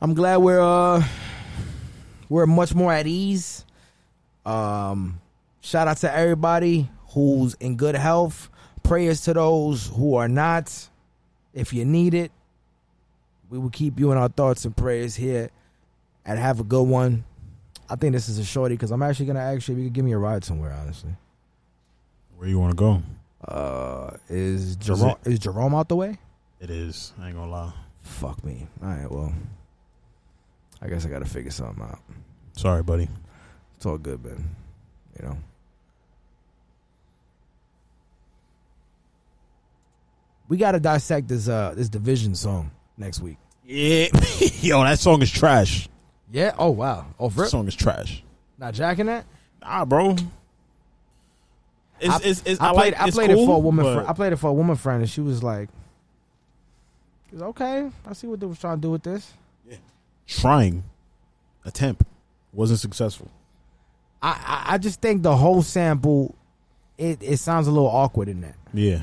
Speaker 2: I'm glad we're uh we're much more at ease. Um, shout out to everybody who's in good health. Prayers to those who are not. If you need it, we will keep you in our thoughts and prayers here. And have a good one. I think this is a shorty because I'm actually gonna ask you if you could give me a ride somewhere. Honestly,
Speaker 3: Where you want to go?
Speaker 2: uh, is Jerome is Jerome out the way?
Speaker 3: It is. I ain't gonna lie.
Speaker 2: Fuck me. All right, well, I guess I gotta figure something out.
Speaker 3: Sorry, buddy.
Speaker 2: It's all good, man. You know, we gotta dissect this uh this division song next week.
Speaker 3: Yeah. Yo, that song is trash.
Speaker 2: Yeah. Oh wow. Oh,
Speaker 3: That
Speaker 2: rip.
Speaker 3: song is trash.
Speaker 2: not jacking that.
Speaker 3: Nah, bro. It's,
Speaker 2: I-
Speaker 3: it's, it's,
Speaker 2: I, played
Speaker 3: like,
Speaker 2: I
Speaker 3: it's
Speaker 2: played
Speaker 3: cool,
Speaker 2: it for a woman.
Speaker 3: but-
Speaker 2: Fr- I played it for a woman friend, and she was like, she was, "Okay, I see what they was trying to do with this."
Speaker 3: trying attempt wasn't successful.
Speaker 2: I, I I just think the whole sample, it, it sounds a little awkward in that.
Speaker 3: Yeah,
Speaker 2: You know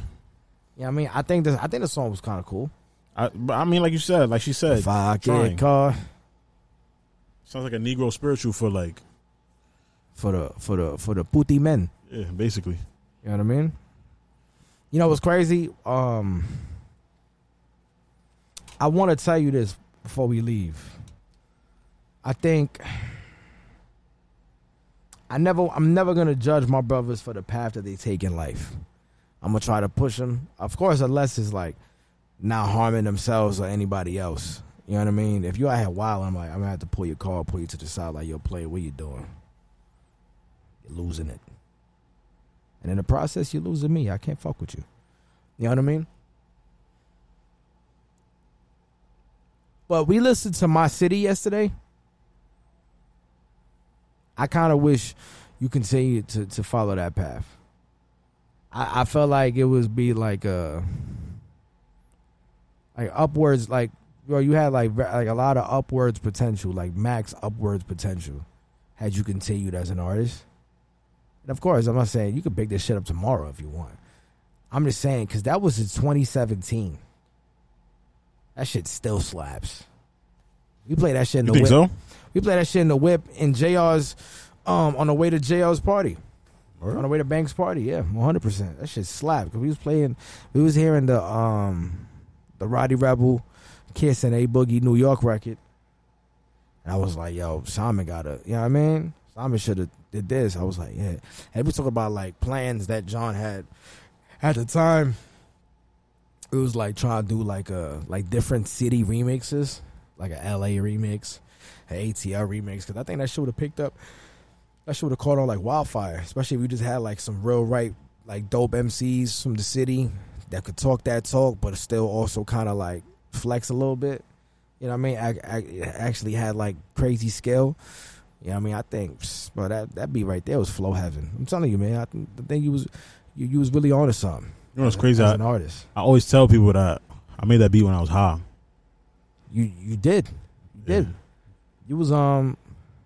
Speaker 2: what I mean? I think this I think the song was kind of cool.
Speaker 3: I but I mean, like you said, like she said,
Speaker 2: If I
Speaker 3: trying.
Speaker 2: get car
Speaker 3: sounds like a Negro spiritual for like
Speaker 2: for the for the for the puti men.
Speaker 3: yeah, basically.
Speaker 2: You know what I mean? You know what's crazy? Um, I want to tell you this before we leave. I think I never, I'm never gonna judge my brothers for the path that they take in life. I'm gonna try to push them, of course, unless it's like not harming themselves or anybody else. You know what I mean? If you out here wild, I'm like, I'm gonna have to pull your car, pull you to the side, like, yo, player, what you doing? You're losing it. And in the process, you're losing me. I can't fuck with you. You know what I mean? But we listened to My City yesterday. I kind of wish you continue to, to follow that path. I, I felt like it was be like a like upwards like bro you had like ve- like a lot of upwards potential like max upwards potential had you continued as an artist. And of course, I'm not saying you could pick this shit up tomorrow if you want. I'm just saying because that was in 2017. That shit still slaps. We play that shit in
Speaker 3: You
Speaker 2: the
Speaker 3: think
Speaker 2: whip.
Speaker 3: so?
Speaker 2: We play that shit in the whip in JR's um on the way to JR's party.
Speaker 3: Word?
Speaker 2: On the way to Banks' party, yeah, one hundred percent. That shit slapped. 'Cause we was playing, we was hearing the um, the Roddy Rebel, Kiss and A Boogie New York record, and I was like, "Yo, Simon gotta," you know what I mean? Simon should have did this. I was like, "Yeah." And we talk about like plans that John had at the time. It was like trying to do like a like different city remixes, like a LA remix, an ATL remix, because I think that shit would have picked up that shit would have caught on like wildfire, especially if you just had like some real right, like dope MCs from the city that could talk that talk, but still also kind of like flex a little bit. You know what I mean? I, I actually had like crazy skill. You know what I mean? I think, pss, bro, that that beat right there was flow heaven. I'm telling you, man. I, think- I think you was you, you was really on to something
Speaker 3: You know what's crazy?
Speaker 2: as
Speaker 3: I,
Speaker 2: an artist.
Speaker 3: I always tell people that I made that beat when I was high.
Speaker 2: You you did, you did.
Speaker 3: Yeah.
Speaker 2: You was um,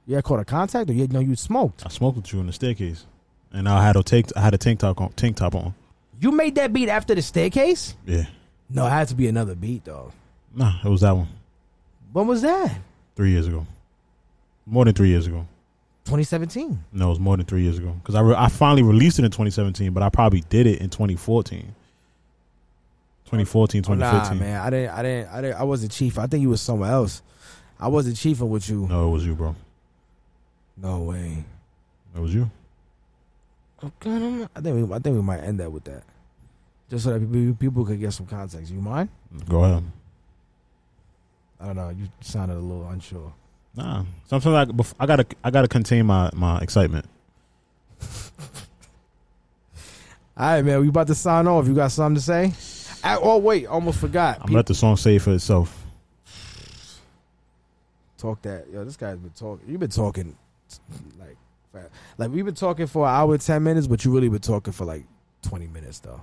Speaker 2: you had caught a contact or you no you smoked.
Speaker 3: I smoked with you in the staircase, and I had a tank. I had a tank top on. Tank top on.
Speaker 2: You made that beat after the staircase.
Speaker 3: Yeah,
Speaker 2: No, it had to be another beat though.
Speaker 3: nah, it was that one
Speaker 2: When was that?
Speaker 3: three years ago, more than three years ago.
Speaker 2: 2017.
Speaker 3: No, it was more than three years ago because I, re- I finally released it in 2017, but I probably did it in 2014, 2014,
Speaker 2: Nah,
Speaker 3: 2015.
Speaker 2: man, I didn't, I didn't, I didn't, I wasn't chief. I think you was somewhere else. I wasn't chiefing with you.
Speaker 3: no, it was you, bro.
Speaker 2: No way.
Speaker 3: It was you.
Speaker 2: Okay, I don't know. I think we, I think we might end that with that, just so that people, people could get some context. You mind?
Speaker 3: Go ahead.
Speaker 2: I don't know. You sounded a little unsure.
Speaker 3: Nah, sometimes I, bef- I gotta I gotta contain my my excitement.
Speaker 2: All right, man. We about to sign off. You got something to say? I, oh wait, almost forgot.
Speaker 3: I'm gonna let the song say it for itself.
Speaker 2: talk that. Yo, this guy's been talking. You've been talking like fa- like we've been talking for an hour and ten minutes, but you really been talking for like twenty minutes though.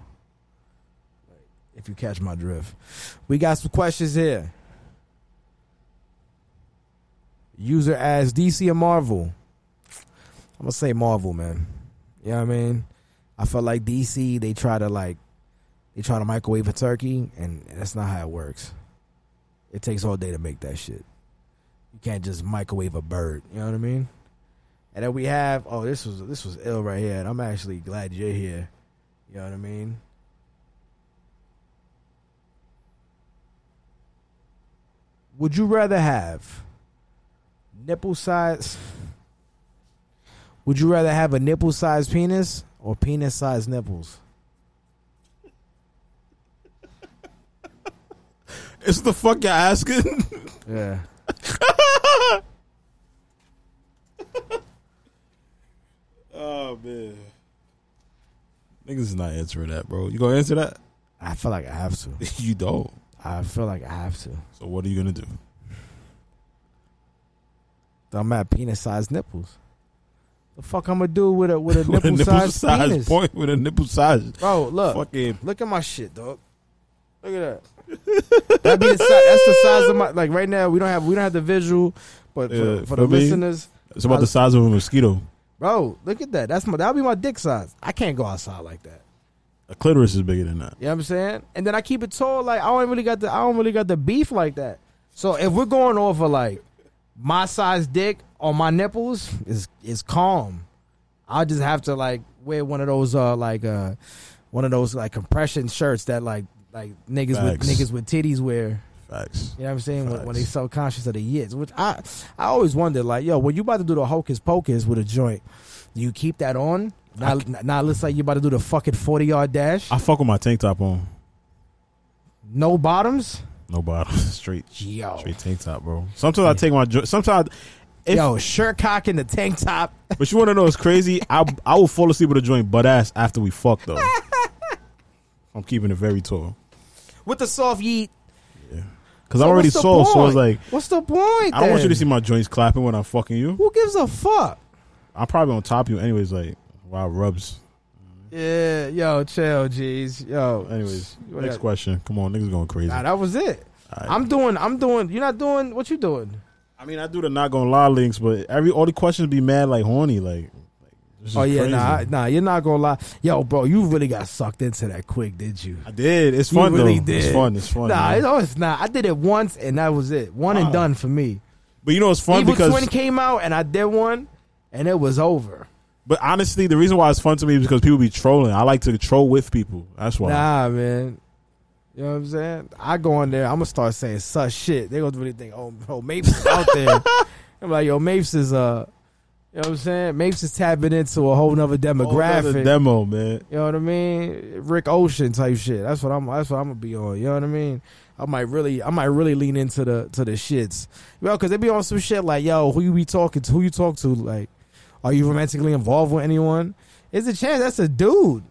Speaker 2: Like, if you catch my drift, we got some questions here. User asks DC or Marvel. I'm gonna say Marvel, man. You know what I mean? I felt like DC they try to like they try to microwave a turkey, and that's not how it works. It takes all day to make that shit. You can't just microwave a bird. You know what I mean? And then we have oh this was this was ill right here, and I'm actually glad you're here. You know what I mean? Would you rather have nipple size? Would you rather have a nipple sized penis or penis sized nipples?
Speaker 3: It's the fuck you're asking.
Speaker 2: Yeah.
Speaker 3: oh man, niggas is not answering that, bro. You gonna answer that?
Speaker 2: I feel like I have to.
Speaker 3: you don't.
Speaker 2: I feel like I have to.
Speaker 3: So what are you gonna do?
Speaker 2: I'm at penis sized nipples. The fuck I'm gonna do with a with a
Speaker 3: With
Speaker 2: nipple,
Speaker 3: a nipple
Speaker 2: sized
Speaker 3: size
Speaker 2: penis?
Speaker 3: point with a nipple size.
Speaker 2: Bro, look,
Speaker 3: Fucking
Speaker 2: look at my shit, dog. Look at that. That'd be the si- that's the size of my like right now. We don't have we don't have the visual, but for,
Speaker 3: Yeah,
Speaker 2: for, the
Speaker 3: for me,
Speaker 2: listeners,
Speaker 3: it's about the size of a mosquito.
Speaker 2: bro, look at that. That's my that'll be my dick size. I can't go outside like that.
Speaker 3: A clitoris is bigger than that.
Speaker 2: You know what I'm saying? And then I keep it tall. Like I don't really got the I don't really got the beef like that. So if we're going over like my size dick on my nipples is is calm. I just have to like wear one of those uh like uh one of those like compression shirts that like like niggas with
Speaker 3: Facts.
Speaker 2: niggas with titties wear.
Speaker 3: Facts.
Speaker 2: You know what I'm saying? When, when
Speaker 3: Facts.
Speaker 2: they so conscious of the yids, which I I always wonder, like, yo, when you about to do the hocus pocus with a joint, do you keep that on? Now, now it looks like you about to do the fucking forty yard dash.
Speaker 3: I fuck with my tank top on.
Speaker 2: No bottoms.
Speaker 3: No bottom, straight,
Speaker 2: Yo.
Speaker 3: straight tank top, bro. Sometimes I take my, jo- sometimes, if,
Speaker 2: Yo, shirt cock in the tank top.
Speaker 3: but you want to know what's crazy? I I will fall asleep with a joint butt ass after we fuck though. I'm keeping it very tall
Speaker 2: With the soft yeet.
Speaker 3: because
Speaker 2: So
Speaker 3: I'm already
Speaker 2: what's the
Speaker 3: sold. So I was
Speaker 2: point?
Speaker 3: like,
Speaker 2: What's the point?
Speaker 3: I don't want
Speaker 2: then?
Speaker 3: you to see my joints clapping when I'm fucking you.
Speaker 2: Who gives a fuck?
Speaker 3: I'm probably on top of you anyways. Like wow, rubs.
Speaker 2: Yeah, yo, chill, G's. Yo.
Speaker 3: Anyways,
Speaker 2: What
Speaker 3: next
Speaker 2: that-
Speaker 3: question. Come on, niggas going crazy.
Speaker 2: Nah, that was it.
Speaker 3: Alright.
Speaker 2: I'm doing I'm doing you're not doing what you doing.
Speaker 3: I mean, I do the not gonna lie links, but every all the questions be mad like horny. Like, like, this is
Speaker 2: Oh yeah,
Speaker 3: crazy.
Speaker 2: nah, I- nah, you're not gonna lie. Yo, bro, you really got sucked into that quick, did you?
Speaker 3: I did. It's fun
Speaker 2: you really
Speaker 3: though.
Speaker 2: did.
Speaker 3: It's fun. It's fun.
Speaker 2: Nah,
Speaker 3: man.
Speaker 2: it- no, it's not. I did it once and that was it. One and
Speaker 3: Oh, Wow.
Speaker 2: done for me.
Speaker 3: but you know it's fun
Speaker 2: Evil
Speaker 3: because
Speaker 2: Twin came out and I did one and it was over.
Speaker 3: But honestly, the reason why it's fun to me is because people be trolling. I like to troll with people. That's why.
Speaker 2: Nah, man. You know what I'm saying? I go in there, I'm gonna start saying such shit. They gonna really think, oh, oh Mapes is out there. I'm like, yo, Mapes is uh, you know what I'm saying? Mapes is tapping into a whole nother
Speaker 3: Whole nother
Speaker 2: demographic.
Speaker 3: demo, man.
Speaker 2: you know what I mean? Rick Ocean type shit. That's what I'm. That's what I'm gonna be on. You know what I mean? I might really, I might really lean into the to the shits, yo, because they be on some shit like, yo, who you be talking to? Who you talk to? Like, are you romantically involved with anyone? Is a chance that's a dude.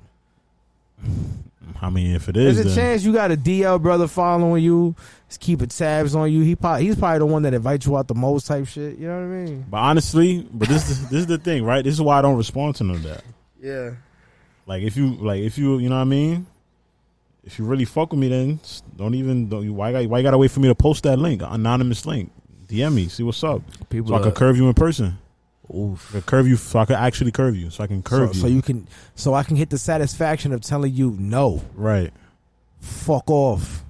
Speaker 3: I mean, if it
Speaker 2: There's
Speaker 3: is,
Speaker 2: a
Speaker 3: then,
Speaker 2: chance you got a DL brother following you, he's keeping tabs on you. He probably he's probably the one that invites you out the most type shit. You know what I mean?
Speaker 3: but honestly, but this is this is the thing, right? This is why I don't respond to none of that.
Speaker 2: Yeah.
Speaker 3: Like if you like if you you know what I mean. If you really fuck with me, then s- don't even don't you why got why you gotta wait for me to post that link anonymous link. DM me, see what's up.
Speaker 2: People
Speaker 3: so I
Speaker 2: are-
Speaker 3: could curve you in person.
Speaker 2: Oof.
Speaker 3: I could curve you, so I could actually curve you, so I can
Speaker 2: So,
Speaker 3: curve
Speaker 2: so
Speaker 3: you.
Speaker 2: you can so I can hit the satisfaction of telling you no,
Speaker 3: Right,
Speaker 2: fuck off.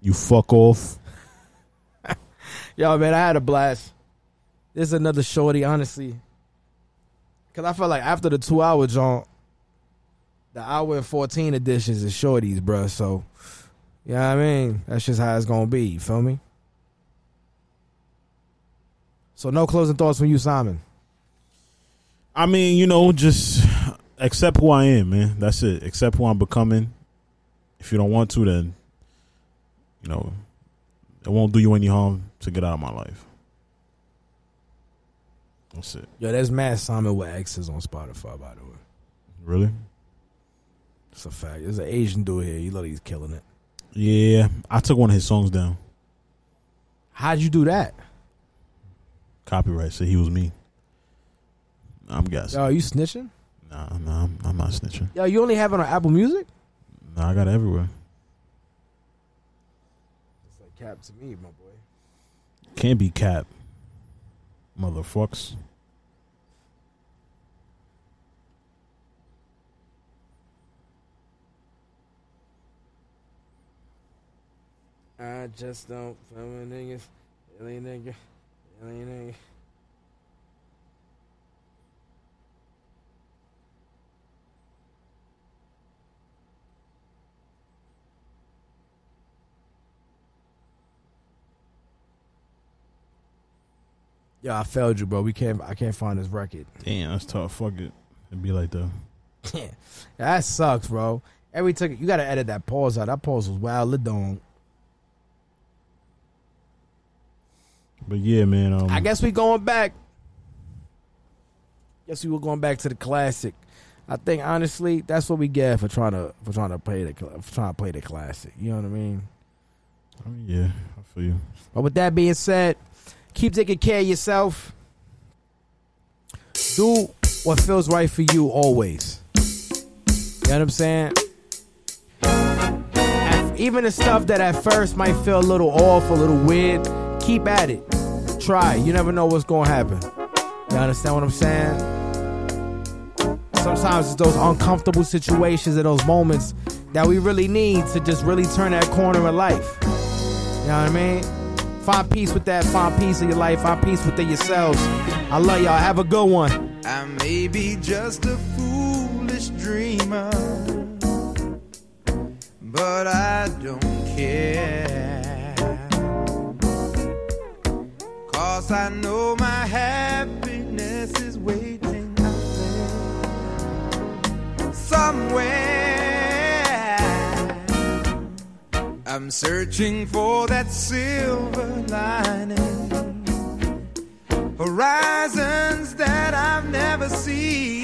Speaker 3: you fuck off.
Speaker 2: Yo, man, I had a blast. This is another shorty, honestly. Cause I felt like after the two hour jaunt, the hour and fourteen editions is shorties, bruh. So, you know what I mean? That's just how it's gonna be. You feel me? So no closing thoughts from you, Simon.
Speaker 3: I mean, you know, just accept who I am, man. That's it. Accept who I'm becoming. If you don't want to, then you know it won't do you any harm to get out of my life. That's it.
Speaker 2: Yo, that's Matt Simon with X's on Spotify, by the way.
Speaker 3: Really?
Speaker 2: It's a fact. There's an Asian dude here. You know he's killing it.
Speaker 3: Yeah, I took one of his songs down.
Speaker 2: How'd you do that?
Speaker 3: Copyright said he was me. I'm guessing.
Speaker 2: Yo, are you snitching?
Speaker 3: Nah, nah, I'm, I'm not snitching.
Speaker 2: Yo, you only have it on Apple Music?
Speaker 3: Nah, I got it everywhere.
Speaker 2: It's like cap to me, my boy.
Speaker 3: Can't be cap, motherfucks.
Speaker 2: I just don't feel a niggas. Really nigga. Really nigga. Yo, I failed you, bro. We can't. I can't find this record.
Speaker 3: Damn, that's tough. Fuck it. It'd be like that.
Speaker 2: that sucks, bro. Every ticket, you gotta edit that pause out. That pause was wild, dong.
Speaker 3: But yeah, man. Um,
Speaker 2: I guess we going back. Guess we were going back to the classic. I think honestly, that's what we get for trying to for trying to play the cl- for trying to play the classic. You know what I mean?
Speaker 3: I mean, yeah, I feel you.
Speaker 2: But with that being said, keep taking care of yourself. Do what feels right for you always. You know what I'm saying? At- Even the stuff that at first might feel a little off, a little weird, keep at it. Try. You never know what's gonna happen. You understand what I'm saying? Sometimes it's those uncomfortable situations and those moments that we really need to just really turn that corner in life. You know what I mean? Find peace with that. Find peace in your life. Find peace within yourselves. I love y'all. Have a good one.
Speaker 14: I may be just a foolish dreamer, but I don't care. Cause I know my happiness is waiting out there somewhere. I'm searching for that silver lining horizons that I've never seen.